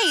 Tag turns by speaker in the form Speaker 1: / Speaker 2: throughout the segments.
Speaker 1: Hey,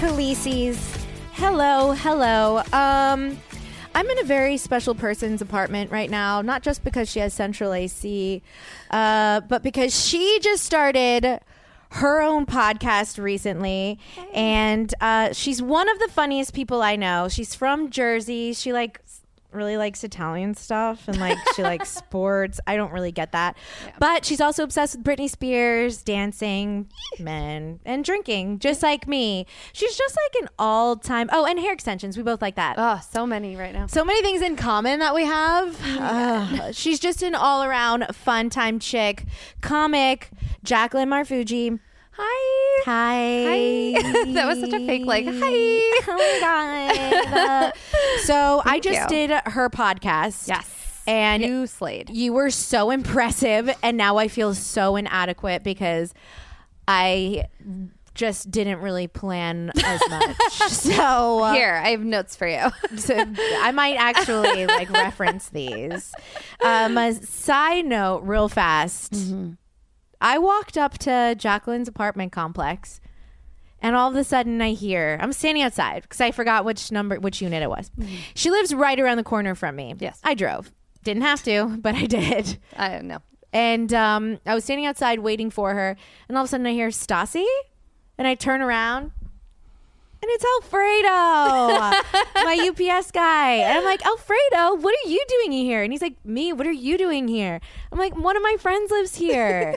Speaker 2: Khaleesi's? Hello, hello. Um, I'm in a very special person's apartment right now, not just because she has central AC, uh, but because she just started her own podcast recently and uh, she's one of the funniest people i know she's from jersey she like s- really likes italian stuff and like she likes sports i don't really get that but she's also obsessed with britney spears dancing men and drinking just like me she's just like an all-time oh and hair extensions we both like that
Speaker 3: Oh, so many right now.
Speaker 2: so many things in common that we have. Ugh. she's just an all around fun time chick, comic, Jacqueline Marfuji.
Speaker 3: Hi.
Speaker 2: Hi.
Speaker 3: Hi. That was such a fake, like, hi.
Speaker 2: Oh my God. so I just did her podcast.
Speaker 3: Yes.
Speaker 2: And
Speaker 3: You slayed.
Speaker 2: you were so impressive. And now I feel so inadequate because I just didn't really plan as much. so uh,
Speaker 3: Here, I have notes for you.
Speaker 2: so I might actually like reference these. Um, a side note, real fast.
Speaker 3: Mm-hmm.
Speaker 2: I walked up to Jacqueline's apartment complex, and all of a sudden I hear I'm standing outside because I forgot which number, which unit it was. She lives right around the corner from me.
Speaker 3: Mm-hmm. Yes.
Speaker 2: I drove. Didn't have to, but I did.
Speaker 3: I don't know.
Speaker 2: And um, I was standing outside waiting for her, and all of a sudden I hear Stassi, and I turn around, and it's Alfredo, my UPS guy. And I'm like, Alfredo, what are you doing here? And he's like, Me, what are you doing here? I'm like, One of my friends lives here.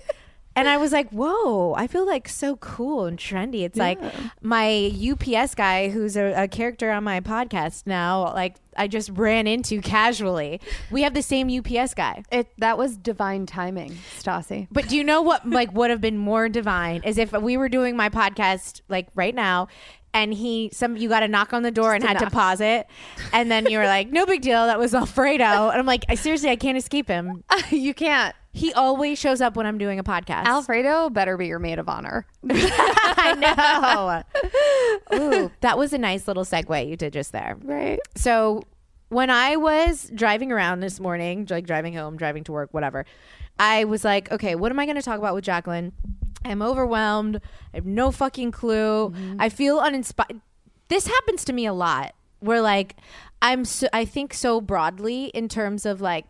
Speaker 2: and I was like, Whoa, I feel like so cool and trendy. It's like my UPS guy, who's a, a character on my podcast now, like I just ran into casually. We have the same UPS guy.
Speaker 3: It that was divine timing, Stassi.
Speaker 2: But do you know what like would have been more divine is if we were doing my podcast like right now and he some you got a knock on the door and
Speaker 3: a
Speaker 2: had to
Speaker 3: knock.
Speaker 2: pause it and then you were like no big deal that was Alfredo and I'm like I seriously I can't escape him.
Speaker 3: you can't.
Speaker 2: He always shows up when I'm doing a podcast.
Speaker 3: Alfredo better be your maid of honor.
Speaker 2: I know. Ooh, that was a nice little segue you did just there.
Speaker 3: Right.
Speaker 2: So when I was driving around this morning, like driving home, driving to work, whatever, I was like, okay, what am I going to talk about with Jacqueline? I'm overwhelmed. I have no fucking clue. I feel uninspired. This happens to me a lot. Where like I'm so I think so broadly in terms of like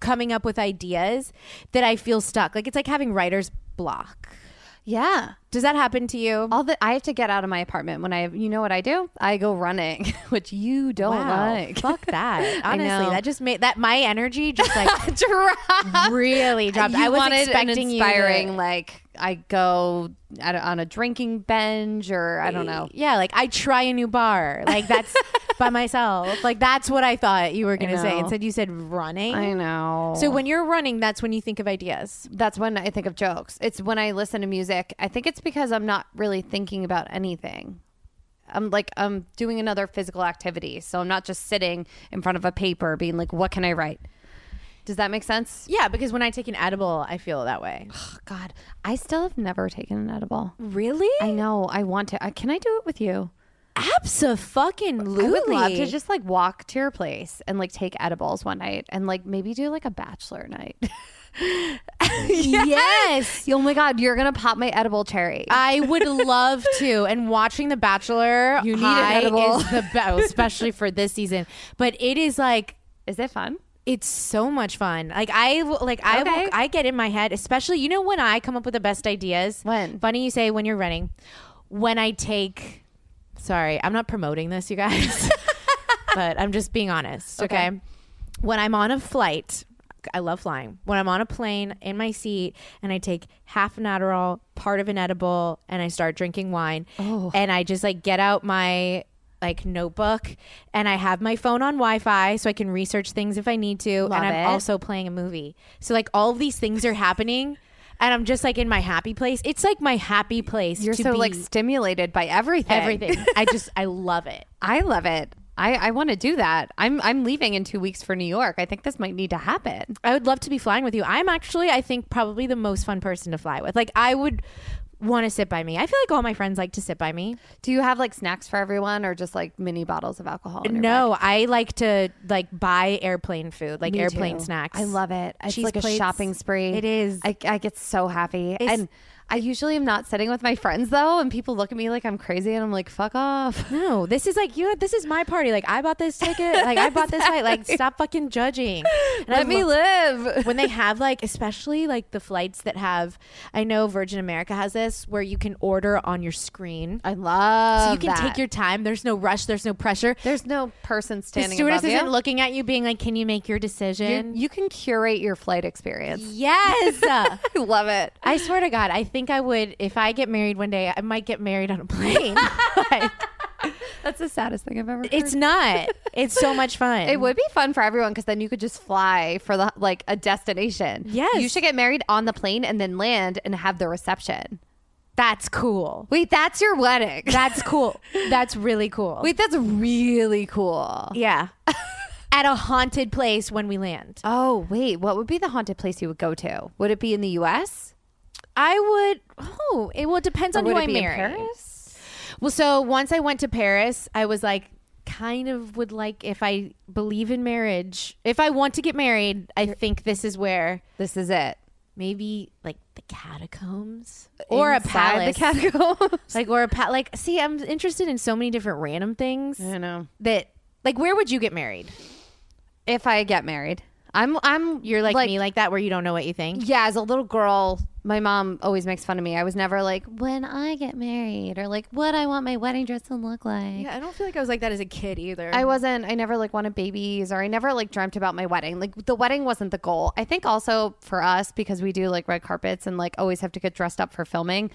Speaker 2: coming up with ideas that I feel stuck. Like it's like having writer's block.
Speaker 3: Yeah.
Speaker 2: Does that happen to you?
Speaker 3: All that I have to get out of my apartment when I you know what I do? I go running, which you don't
Speaker 2: Wow,
Speaker 3: like.
Speaker 2: fuck that.
Speaker 3: Oh, I
Speaker 2: Honestly,
Speaker 3: know.
Speaker 2: that just made that my energy just like
Speaker 3: Drop.
Speaker 2: really dropped.
Speaker 3: You
Speaker 2: I was
Speaker 3: wanted
Speaker 2: expecting
Speaker 3: an
Speaker 2: you to-
Speaker 3: inspiring, like I go at a- on a drinking bench, or I don't know.
Speaker 2: Yeah, like I try a new bar. Like that's by myself. Like that's what I thought you were going to say.
Speaker 3: know.
Speaker 2: Instead, you said running.
Speaker 3: I know.
Speaker 2: So when you're running, that's when you think of ideas.
Speaker 3: that's when I think of jokes. It's when I listen to music. I think it's because I'm not really thinking about anything. I'm like I'm doing another physical activity, so I'm not just sitting in front of a paper being like, "What can I write?" Does that make sense?
Speaker 2: Yeah, because when I take an edible, I feel that way.
Speaker 3: Oh, God, I still have never taken an edible.
Speaker 2: Really?
Speaker 3: I know. I want to. I, can I do it with you?
Speaker 4: Absolutely.
Speaker 3: I would love to just like walk to your place and like take edibles one night and like maybe do like a bachelor night.
Speaker 4: yes.
Speaker 3: oh my god, you're gonna pop my edible cherry.
Speaker 2: I would love to. And watching The Bachelor,
Speaker 3: You need an
Speaker 2: high
Speaker 3: edible.
Speaker 2: is the best, especially for this season. But it is like
Speaker 3: Is it fun?
Speaker 2: it's so much fun. Like I w- like I will-
Speaker 3: Okay.
Speaker 2: I get in my head, especially you know when I come up with the best ideas.
Speaker 3: When?
Speaker 2: funny you say when you're running. When I take, sorry, I'm not promoting this, you guys, but I'm just being honest. Okay. when I'm on a flight. I love flying. When I'm on a plane in my seat and I take half an Adderall, part of an edible, and I start drinking wine,
Speaker 3: Oh.
Speaker 2: and I just like get out my like notebook and I have my phone on Wi-Fi so I can research things if I need to and I'm
Speaker 3: it.
Speaker 2: also playing a movie. So like all of these things are happening and I'm just like in my happy place. It's like my happy place
Speaker 3: You're
Speaker 2: to
Speaker 3: so
Speaker 2: be
Speaker 3: like stimulated by everything.
Speaker 2: everything. I just I love it.
Speaker 3: I love it. I, I want to do that. I'm I'm leaving in two weeks for New York. I think this might need to happen.
Speaker 2: I would love to be flying with you. I'm actually, I think, probably the most fun person to fly with. Like, I would want to sit by me. I feel like all my friends like to sit by me.
Speaker 3: Do you have like snacks for everyone or just like mini bottles of alcohol? in your bag?
Speaker 2: No, I like to like buy airplane food, like
Speaker 3: Me
Speaker 2: airplane
Speaker 3: too.
Speaker 2: snacks.
Speaker 3: I love it. It's
Speaker 2: Cheese
Speaker 3: like a
Speaker 2: plates.
Speaker 3: shopping spree.
Speaker 2: It is.
Speaker 3: I, I get so happy. and I usually am not sitting with my friends though, and people look at me like I'm crazy, and I'm like, fuck off.
Speaker 2: no, this is like you. This is my party. Like I bought this ticket. Like I bought this flight. Like stop fucking judging. And I
Speaker 3: Let me
Speaker 2: lo-
Speaker 3: live.
Speaker 2: when they have like especially like the flights that have i know virgin america has this where you can order on your screen
Speaker 3: I love.
Speaker 2: so you can
Speaker 3: that.
Speaker 2: take your time there's no rush there's no pressure
Speaker 3: There's no person standing.
Speaker 2: the stewardess
Speaker 3: above
Speaker 2: isn't
Speaker 3: you.
Speaker 2: looking at you being like can you make your decision
Speaker 3: You- you can curate your flight experience.
Speaker 2: yes
Speaker 3: I love it.
Speaker 2: i swear to god i think i would if i get married one day i might get married on a plane Like,
Speaker 3: That's the saddest thing I've ever. Heard.
Speaker 2: it's not it's so much fun
Speaker 3: It would be fun for everyone because then you could just fly for the like a destination.
Speaker 2: Yes.
Speaker 3: you should get married on the plane and then land and have the reception.
Speaker 2: that's cool
Speaker 3: Wait, that's your wedding.
Speaker 2: that's cool that's really cool
Speaker 3: Wait, that's really cool.
Speaker 2: yeah at a haunted place when we land
Speaker 3: Oh, wait. What would be the haunted place you would go to? Would it be in the US?
Speaker 2: I would. Oh, it well it depends on
Speaker 3: would
Speaker 2: who
Speaker 3: it
Speaker 2: I
Speaker 3: be in
Speaker 2: marry.
Speaker 3: Paris?
Speaker 2: Well, so once I went to Paris, I was like, kind of would like if I believe in marriage, if I want to get married, I think this is where
Speaker 3: This is it.
Speaker 2: maybe like the catacombs or a
Speaker 3: Inside
Speaker 2: palace,
Speaker 3: The catacombs.
Speaker 2: like or a pa- like. See, I'm interested in so many different random things
Speaker 3: know.
Speaker 2: that like. Where would you get married?
Speaker 3: If I get married, I'm, I'm,
Speaker 2: You're like,
Speaker 3: Like-
Speaker 2: me, like that, where you don't know what you think.
Speaker 3: yeah, as a little girl, my mom always makes fun of me. I was never like, when I get married or like, what I want my wedding dress to look like.
Speaker 2: I don't feel like I was like that as a kid either.
Speaker 3: I wasn't, I never like wanted babies or I never like dreamt about my wedding. Like the wedding wasn't the goal. I think also for us, because we do like red carpets and like always have to get dressed up for filming,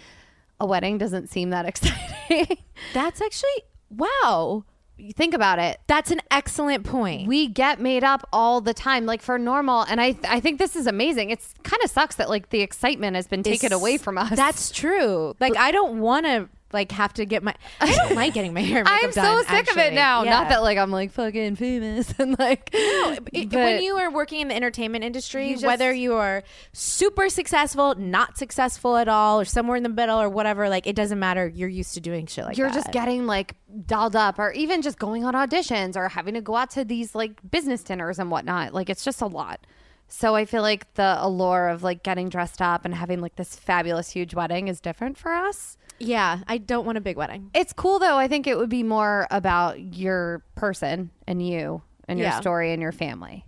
Speaker 3: a wedding doesn't seem that exciting.
Speaker 2: That's actually wow.
Speaker 3: You think about it.
Speaker 2: That's an excellent point.
Speaker 3: We get made up all the time, like for normal. And I, I think this is amazing. It's kind of sucks that like the excitement has been taken away from us.
Speaker 2: That's true. Like I don't want to like have to get my. I don't like getting my hair. and
Speaker 3: I'm
Speaker 2: makeup
Speaker 3: so
Speaker 2: done,
Speaker 3: sick of it
Speaker 2: actually.
Speaker 3: now. Not
Speaker 2: Yeah.
Speaker 3: that like I'm like fucking famous and like
Speaker 2: It-
Speaker 3: but-
Speaker 2: when you are working in the entertainment industry,
Speaker 3: just-
Speaker 2: whether you are super successful, not successful at all, or somewhere in the middle, or whatever, like it doesn't matter. You're used to doing shit like
Speaker 3: you're
Speaker 2: that.
Speaker 3: just getting like dolled up or even just going on auditions or having to go out to these like business dinners and whatnot like it's just a lot so i feel like the allure of like getting dressed up and having like this fabulous huge wedding is different for us
Speaker 2: yeah. I don't want a big wedding.
Speaker 3: it's cool though i think it would be more about your person and you and your
Speaker 2: Yeah.
Speaker 3: story and your family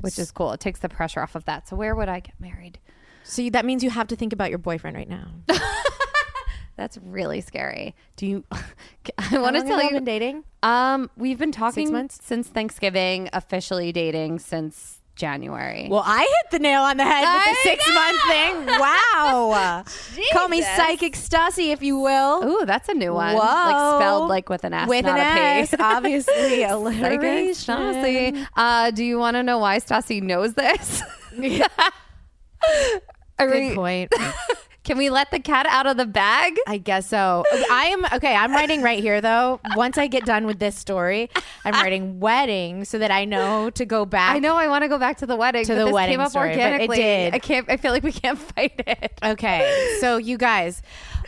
Speaker 3: which is cool it takes the pressure off of that so where would i get married
Speaker 2: So you, that means you have to think about your boyfriend right now.
Speaker 3: that's really scary do you i want to
Speaker 2: How long have
Speaker 3: tell
Speaker 2: y'all
Speaker 3: you
Speaker 2: been dating.
Speaker 3: Um, we've been talking
Speaker 2: months?
Speaker 3: since Thanksgiving, officially dating since January.
Speaker 2: Well, I hit the nail on the head with the
Speaker 3: I
Speaker 2: six month thing. Wow. Call me psychic Stussy, if you will.
Speaker 3: Ooh, that's a new one.
Speaker 2: Whoa.
Speaker 3: Like spelled like with an S,
Speaker 2: With
Speaker 3: not
Speaker 2: an
Speaker 3: a
Speaker 2: S,
Speaker 3: P.
Speaker 2: obviously.
Speaker 3: Like a
Speaker 2: alliteration.
Speaker 3: Stassi. Uh, do you want to know why Stassi knows this? Are we-
Speaker 2: Good point.
Speaker 3: Can we let the cat out of the bag?
Speaker 2: I guess so. I am okay. I'm writing right here though. Once I get done with this story, I'm writing wedding so that I know to go back.
Speaker 3: I know I want to go back to the wedding.
Speaker 2: To
Speaker 3: but
Speaker 2: the
Speaker 3: this
Speaker 2: wedding
Speaker 3: came up
Speaker 2: story, but it
Speaker 3: organically.
Speaker 2: did.
Speaker 3: I can't. I feel like we can't fight it.
Speaker 2: Okay. So you guys,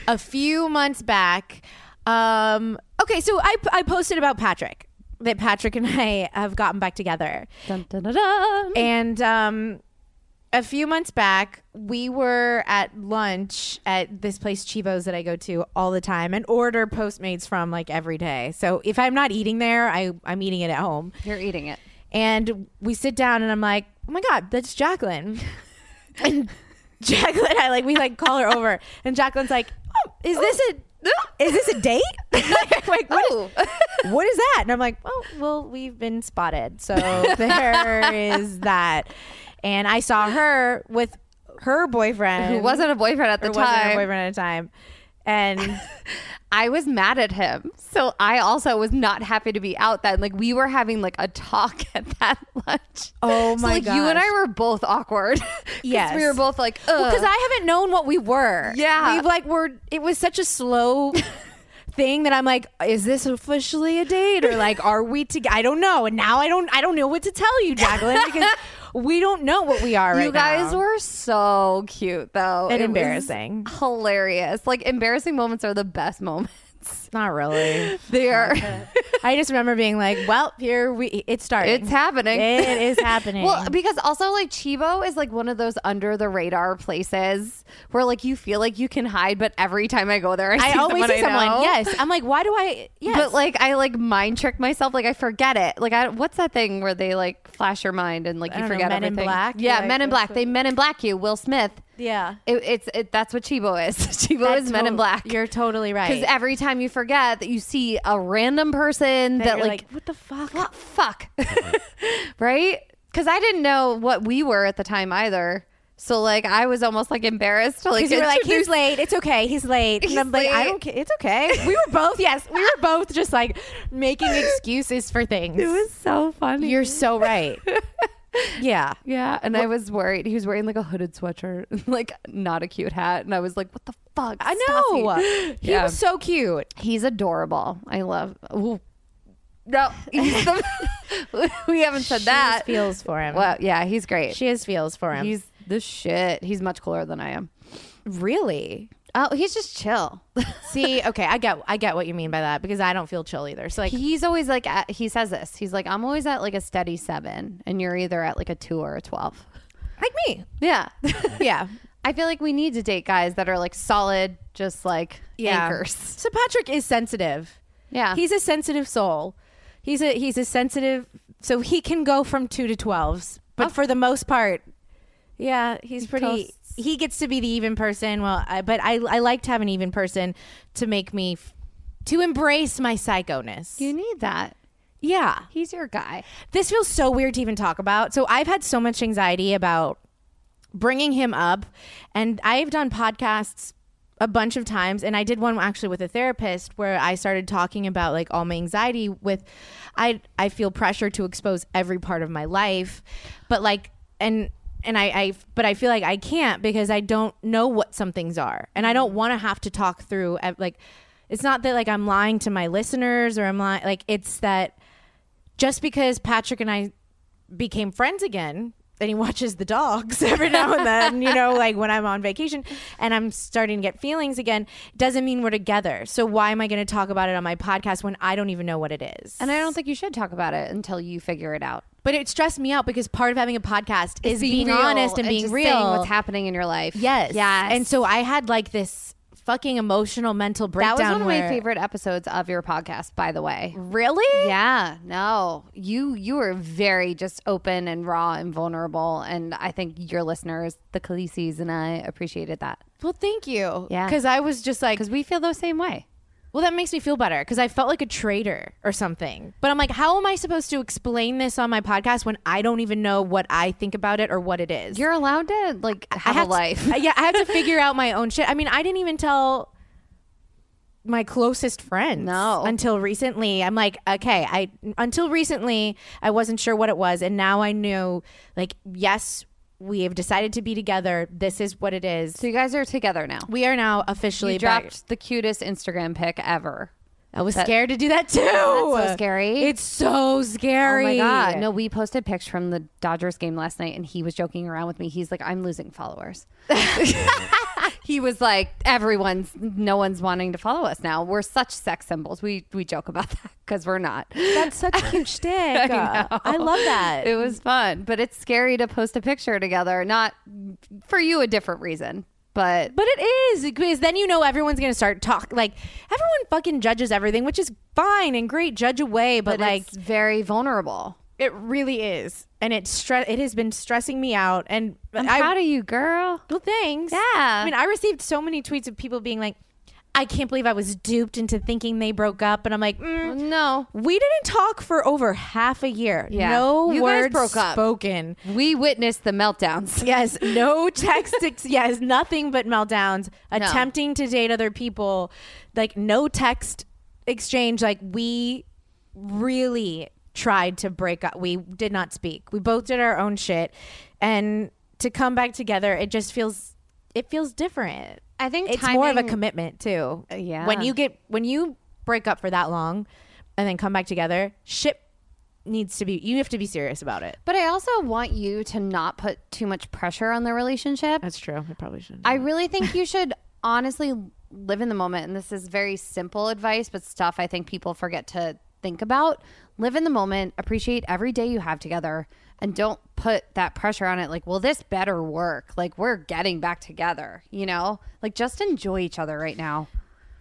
Speaker 2: a few months back, Um, okay, so I, I posted about Patrick that Patrick and I have gotten back together.
Speaker 3: Dun, dun, dun, dun.
Speaker 2: And um, a few months back, we were at lunch at this place, Chivo's, that I go to all the time and order Postmates from like every day. So if I'm not eating there, I, I'm eating it at home.
Speaker 3: You're eating it.
Speaker 2: And we sit down, and I'm like, oh my God, that's Jacqueline. and Jacqueline, I like, we like call her over, and Jacqueline's like, oh, is this a. Is this a date? like, what,
Speaker 3: Oh.
Speaker 2: what is that? And I'm like, oh, well, we've been spotted. So there is that. And I saw her with her boyfriend.
Speaker 3: Who wasn't a boyfriend at the
Speaker 2: or wasn't her
Speaker 3: time.
Speaker 2: boyfriend at the time. And
Speaker 3: I was mad at him. So I also was not happy to be out then. Like we were having like a talk at that lunch.
Speaker 2: Oh
Speaker 3: So,
Speaker 2: my
Speaker 3: like you and
Speaker 2: gosh.
Speaker 3: I were both awkward. 'Cause
Speaker 2: Yes.
Speaker 3: We were both like,
Speaker 2: because
Speaker 3: "Ugh."
Speaker 2: I haven't known what we were.
Speaker 3: Uh. Yeah.
Speaker 2: we like were. It was such a slow thing that I'm like, is this officially a date or like, are we to? I don't know. And now I don't. I don't know what to tell you, Jacqueline, because we don't know what we are.
Speaker 3: you
Speaker 2: right
Speaker 3: guys
Speaker 2: now.
Speaker 3: were so cute though.
Speaker 2: And
Speaker 3: It was
Speaker 2: embarrassing.
Speaker 3: Hilarious. Like embarrassing moments are the best moments.
Speaker 2: Not really.
Speaker 3: They are.
Speaker 2: I just remember being like, well, here we. It's starting.
Speaker 3: It's happening.
Speaker 2: It is happening.
Speaker 3: Well, because also like Chivo is like one of those under the radar places where like you feel like you can hide, but every time I go there, I,
Speaker 2: I
Speaker 3: see
Speaker 2: always
Speaker 3: someone
Speaker 2: see someone.
Speaker 3: know.
Speaker 2: Yes, I'm like, why do I? Yes,
Speaker 3: But like I like mind trick myself, like I forget it. Like I what's that thing where they like flash your mind and like
Speaker 2: I
Speaker 3: you
Speaker 2: don't know,
Speaker 3: forget
Speaker 2: Men in
Speaker 3: everything?
Speaker 2: Black?
Speaker 3: Yeah,
Speaker 2: Like,
Speaker 3: Men in
Speaker 2: that's
Speaker 3: Black. They Men in Black you. Will Smith.
Speaker 2: yeah,
Speaker 3: It, it's it, that's what Chivo is. Chivo
Speaker 2: That
Speaker 3: is Men in
Speaker 2: tot-
Speaker 3: Black.
Speaker 2: You're totally right.
Speaker 3: Because every time you forget that you see a random person that,
Speaker 2: That you're
Speaker 3: like,
Speaker 2: like, what the fuck?
Speaker 3: what fuck, right? Because I didn't know what we were at the time either, so like I was almost like embarrassed to like.
Speaker 2: Because you were like,
Speaker 3: introduce-
Speaker 2: he's late. It's okay. He's late.
Speaker 3: He's
Speaker 2: and I'm like, I
Speaker 3: late.
Speaker 2: don't care. It's okay. We were both, yes, we were both just like making excuses for things.
Speaker 3: It was so funny.
Speaker 2: You're so right. yeah.
Speaker 3: yeah, and I was worried. He was wearing like a hooded sweatshirt, and, like not a cute hat, and I was like, what the fuck?
Speaker 2: I
Speaker 3: Stassi?
Speaker 2: know. He
Speaker 3: Yeah.
Speaker 2: was so cute.
Speaker 3: He's adorable. I love. Ooh. No, he's the- we haven't said
Speaker 2: She
Speaker 3: that.
Speaker 2: has feels for him.
Speaker 3: Well, yeah, he's great.
Speaker 2: She has feels for him.
Speaker 3: He's the shit. He's much cooler than I am.
Speaker 2: really.
Speaker 3: Oh, he's just chill.
Speaker 2: See, okay, I get I get what you mean by that because I don't feel chill either. So like
Speaker 3: he's always like at, he says this. He's like I'm always at like a steady 7 and you're either at like a 2 or a 12.
Speaker 2: like me.
Speaker 3: Yeah.
Speaker 2: Yeah.
Speaker 3: I feel like we need to date guys that are like solid just like anchors.
Speaker 2: So Patrick is sensitive.
Speaker 3: Yeah.
Speaker 2: He's a sensitive soul. He's a he's a sensitive so he can go from 2 to 12s, but for the most part yeah, he's pretty
Speaker 3: coasts.
Speaker 2: he gets to be the even person. Well, I, but I I like to have an even person to make me f- to embrace my psychoness.
Speaker 3: you need that.
Speaker 2: yeah.
Speaker 3: He's your guy.
Speaker 2: This feels so weird to even talk about. So I've had so much anxiety about bringing him up, and I've done podcasts a bunch of times and I did one actually with a therapist where I started talking about like all my anxiety with I I feel pressure to expose every part of my life but like and and I, I but I feel like I can't because I don't know what some things are and I don't want to have to talk through ev- like it's not that like I'm lying to my listeners or I'm lying like it's that just because Patrick and I became friends again and he watches the dogs every now and then, you know, like when I'm on vacation and I'm starting to get feelings again, doesn't mean we're together. So why am I going to talk about it on my podcast when I don't even know what it is?
Speaker 3: And I don't think you should talk about it until you figure it out.
Speaker 2: But it stressed me out because part of having a podcast is being,
Speaker 3: real
Speaker 2: honest and, being
Speaker 3: just
Speaker 2: real.
Speaker 3: saying what's happening in your life.
Speaker 2: Yes.
Speaker 3: Yes.
Speaker 2: And so I had like this fucking emotional mental
Speaker 3: that
Speaker 2: breakdown.
Speaker 3: was one of my
Speaker 2: where-
Speaker 3: favorite episodes of your podcast, by the way.
Speaker 2: Really?
Speaker 3: Yeah, no. You you were very just open and raw and vulnerable and I think your listeners, the Khaleesi's and I appreciated that.
Speaker 2: Well, thank you.
Speaker 3: Yeah.
Speaker 2: Because I was just like,
Speaker 3: Cuz we feel the same way.
Speaker 2: Well, that makes me feel better because I felt like a traitor or something. But I'm like, how am I supposed to explain this on my podcast when I don't even know what I think about it or what it is?
Speaker 3: You're allowed to like
Speaker 2: I
Speaker 3: have,
Speaker 2: have
Speaker 3: a
Speaker 2: to-
Speaker 3: life.
Speaker 2: yeah, I have to figure out my own shit. I mean, I didn't even tell my closest friends
Speaker 3: No.
Speaker 2: until recently. I'm like, okay, I until recently I wasn't sure what it was, and now I knew. Like, yes, we have decided to be together. This is what it is.
Speaker 3: so you guys are together now.
Speaker 2: we are now officially
Speaker 3: You
Speaker 2: back-
Speaker 3: dropped the cutest Instagram pic ever.
Speaker 2: I was scared to do that too.
Speaker 3: That's so scary.
Speaker 2: It's so
Speaker 3: Oh
Speaker 2: scary.
Speaker 3: my god. No, we posted pics from the Dodgers game last night and he was joking around with me. He's like, I'm losing followers. he was like, everyone's, no one's wanting to follow us now. We're such sex symbols. We we joke about that because we're not.
Speaker 4: That's such a cute shtick. I, I love that.
Speaker 3: It was fun, but it's scary to post a picture together. Not for you, a different reason, but
Speaker 2: But it is because then you know everyone's gonna start talk like everyone fucking judges everything, which is fine and great. Judge away, but,
Speaker 3: but
Speaker 2: like
Speaker 3: it's very vulnerable.
Speaker 2: it really is, and it's stre- It has been stressing me out, and
Speaker 3: I'm
Speaker 2: I-
Speaker 3: proud of you, girl.
Speaker 2: Well, thanks.
Speaker 3: Yeah.
Speaker 2: I mean, I received so many tweets of people being like, "I can't believe I was duped into thinking they broke up," and I'm like, mm,
Speaker 3: No,
Speaker 2: "We didn't talk for over half a year.
Speaker 3: Yeah.
Speaker 2: No
Speaker 3: You guys
Speaker 2: words
Speaker 3: broke up.
Speaker 2: spoken.
Speaker 3: we witnessed the meltdowns.
Speaker 2: Yes, no text. ex- yes, nothing but meltdowns. Attempting to date other people, like no text exchange. Like we really tried to break up. We did not speak. We both did our own shit, and to come back together, it just feels it feels different.
Speaker 3: I think
Speaker 2: it's more of a
Speaker 3: timing- Uh,
Speaker 2: commitment too.
Speaker 3: yeah.
Speaker 2: when you get when you break up for that long, and then come back together, shit needs to be. You have to be serious about it.
Speaker 3: But I also want you to not put too much pressure on the relationship.
Speaker 2: That's true. I probably should.
Speaker 3: I really think you should honestly live in the moment. And this is very simple advice, but stuff I think people forget to think about. Live in the moment, appreciate every day you have together, and don't put that pressure on it. Like, well, this better work. Like, we're getting back together, you know? Like, just enjoy each other right now.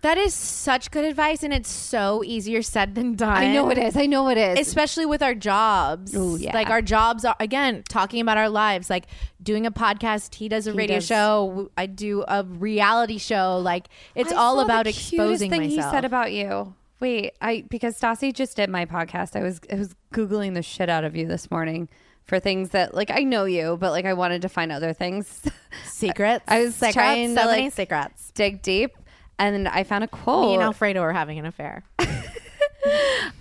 Speaker 2: That is such good advice, and it's so easier said than done.
Speaker 3: I know it is. I know it is.
Speaker 2: Especially with our jobs.
Speaker 3: Ooh, yeah.
Speaker 2: Like our jobs are, again, talking about our lives, like doing a podcast. He does a radio
Speaker 3: does.
Speaker 2: show. w- I do a reality show. Like it's
Speaker 3: I
Speaker 2: all
Speaker 3: saw
Speaker 2: about
Speaker 3: the
Speaker 2: exposing
Speaker 3: cutest thing
Speaker 2: myself.
Speaker 3: He said about you. Wait, I because Stassi just did my podcast. I was I was googling the shit out of you this morning for things that like I know you, but like I wanted to find other things.
Speaker 2: secrets.
Speaker 3: I was
Speaker 2: secrets.
Speaker 3: trying
Speaker 2: so
Speaker 3: to,
Speaker 2: many
Speaker 3: like,
Speaker 2: secrets.
Speaker 3: Dig deep, and I found a quote.
Speaker 2: Me and Alfredo are having an affair.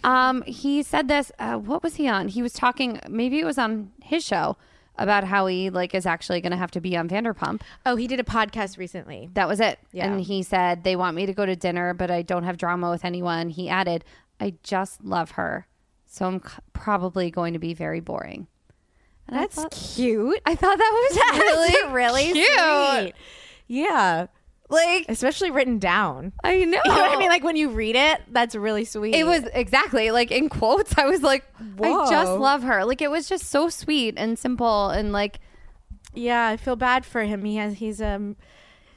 Speaker 3: Um, he said this. Uh, what was he on? He was talking. Maybe it was on his show about how he like is actually going to have to be on Vanderpump.
Speaker 2: oh, he did a podcast recently.
Speaker 3: That was it.
Speaker 2: Yeah.
Speaker 3: And he said, They want me to go to dinner, but I don't have drama with anyone. He added, I just love her. So I'm c- probably going to be very boring. And I thought-
Speaker 2: cute.
Speaker 3: I thought that was really, really
Speaker 2: Cute.
Speaker 3: cute.
Speaker 2: Yeah.
Speaker 3: Like,
Speaker 2: Especially written down.
Speaker 3: I know.
Speaker 2: You know what I mean? Like when you read it, that's really sweet.
Speaker 3: it was exactly like in quotes. I was like, I just
Speaker 2: Whoa.
Speaker 3: love her. Like, it was just so sweet and simple. And like,
Speaker 2: Yeah, I feel bad for him. He has he's um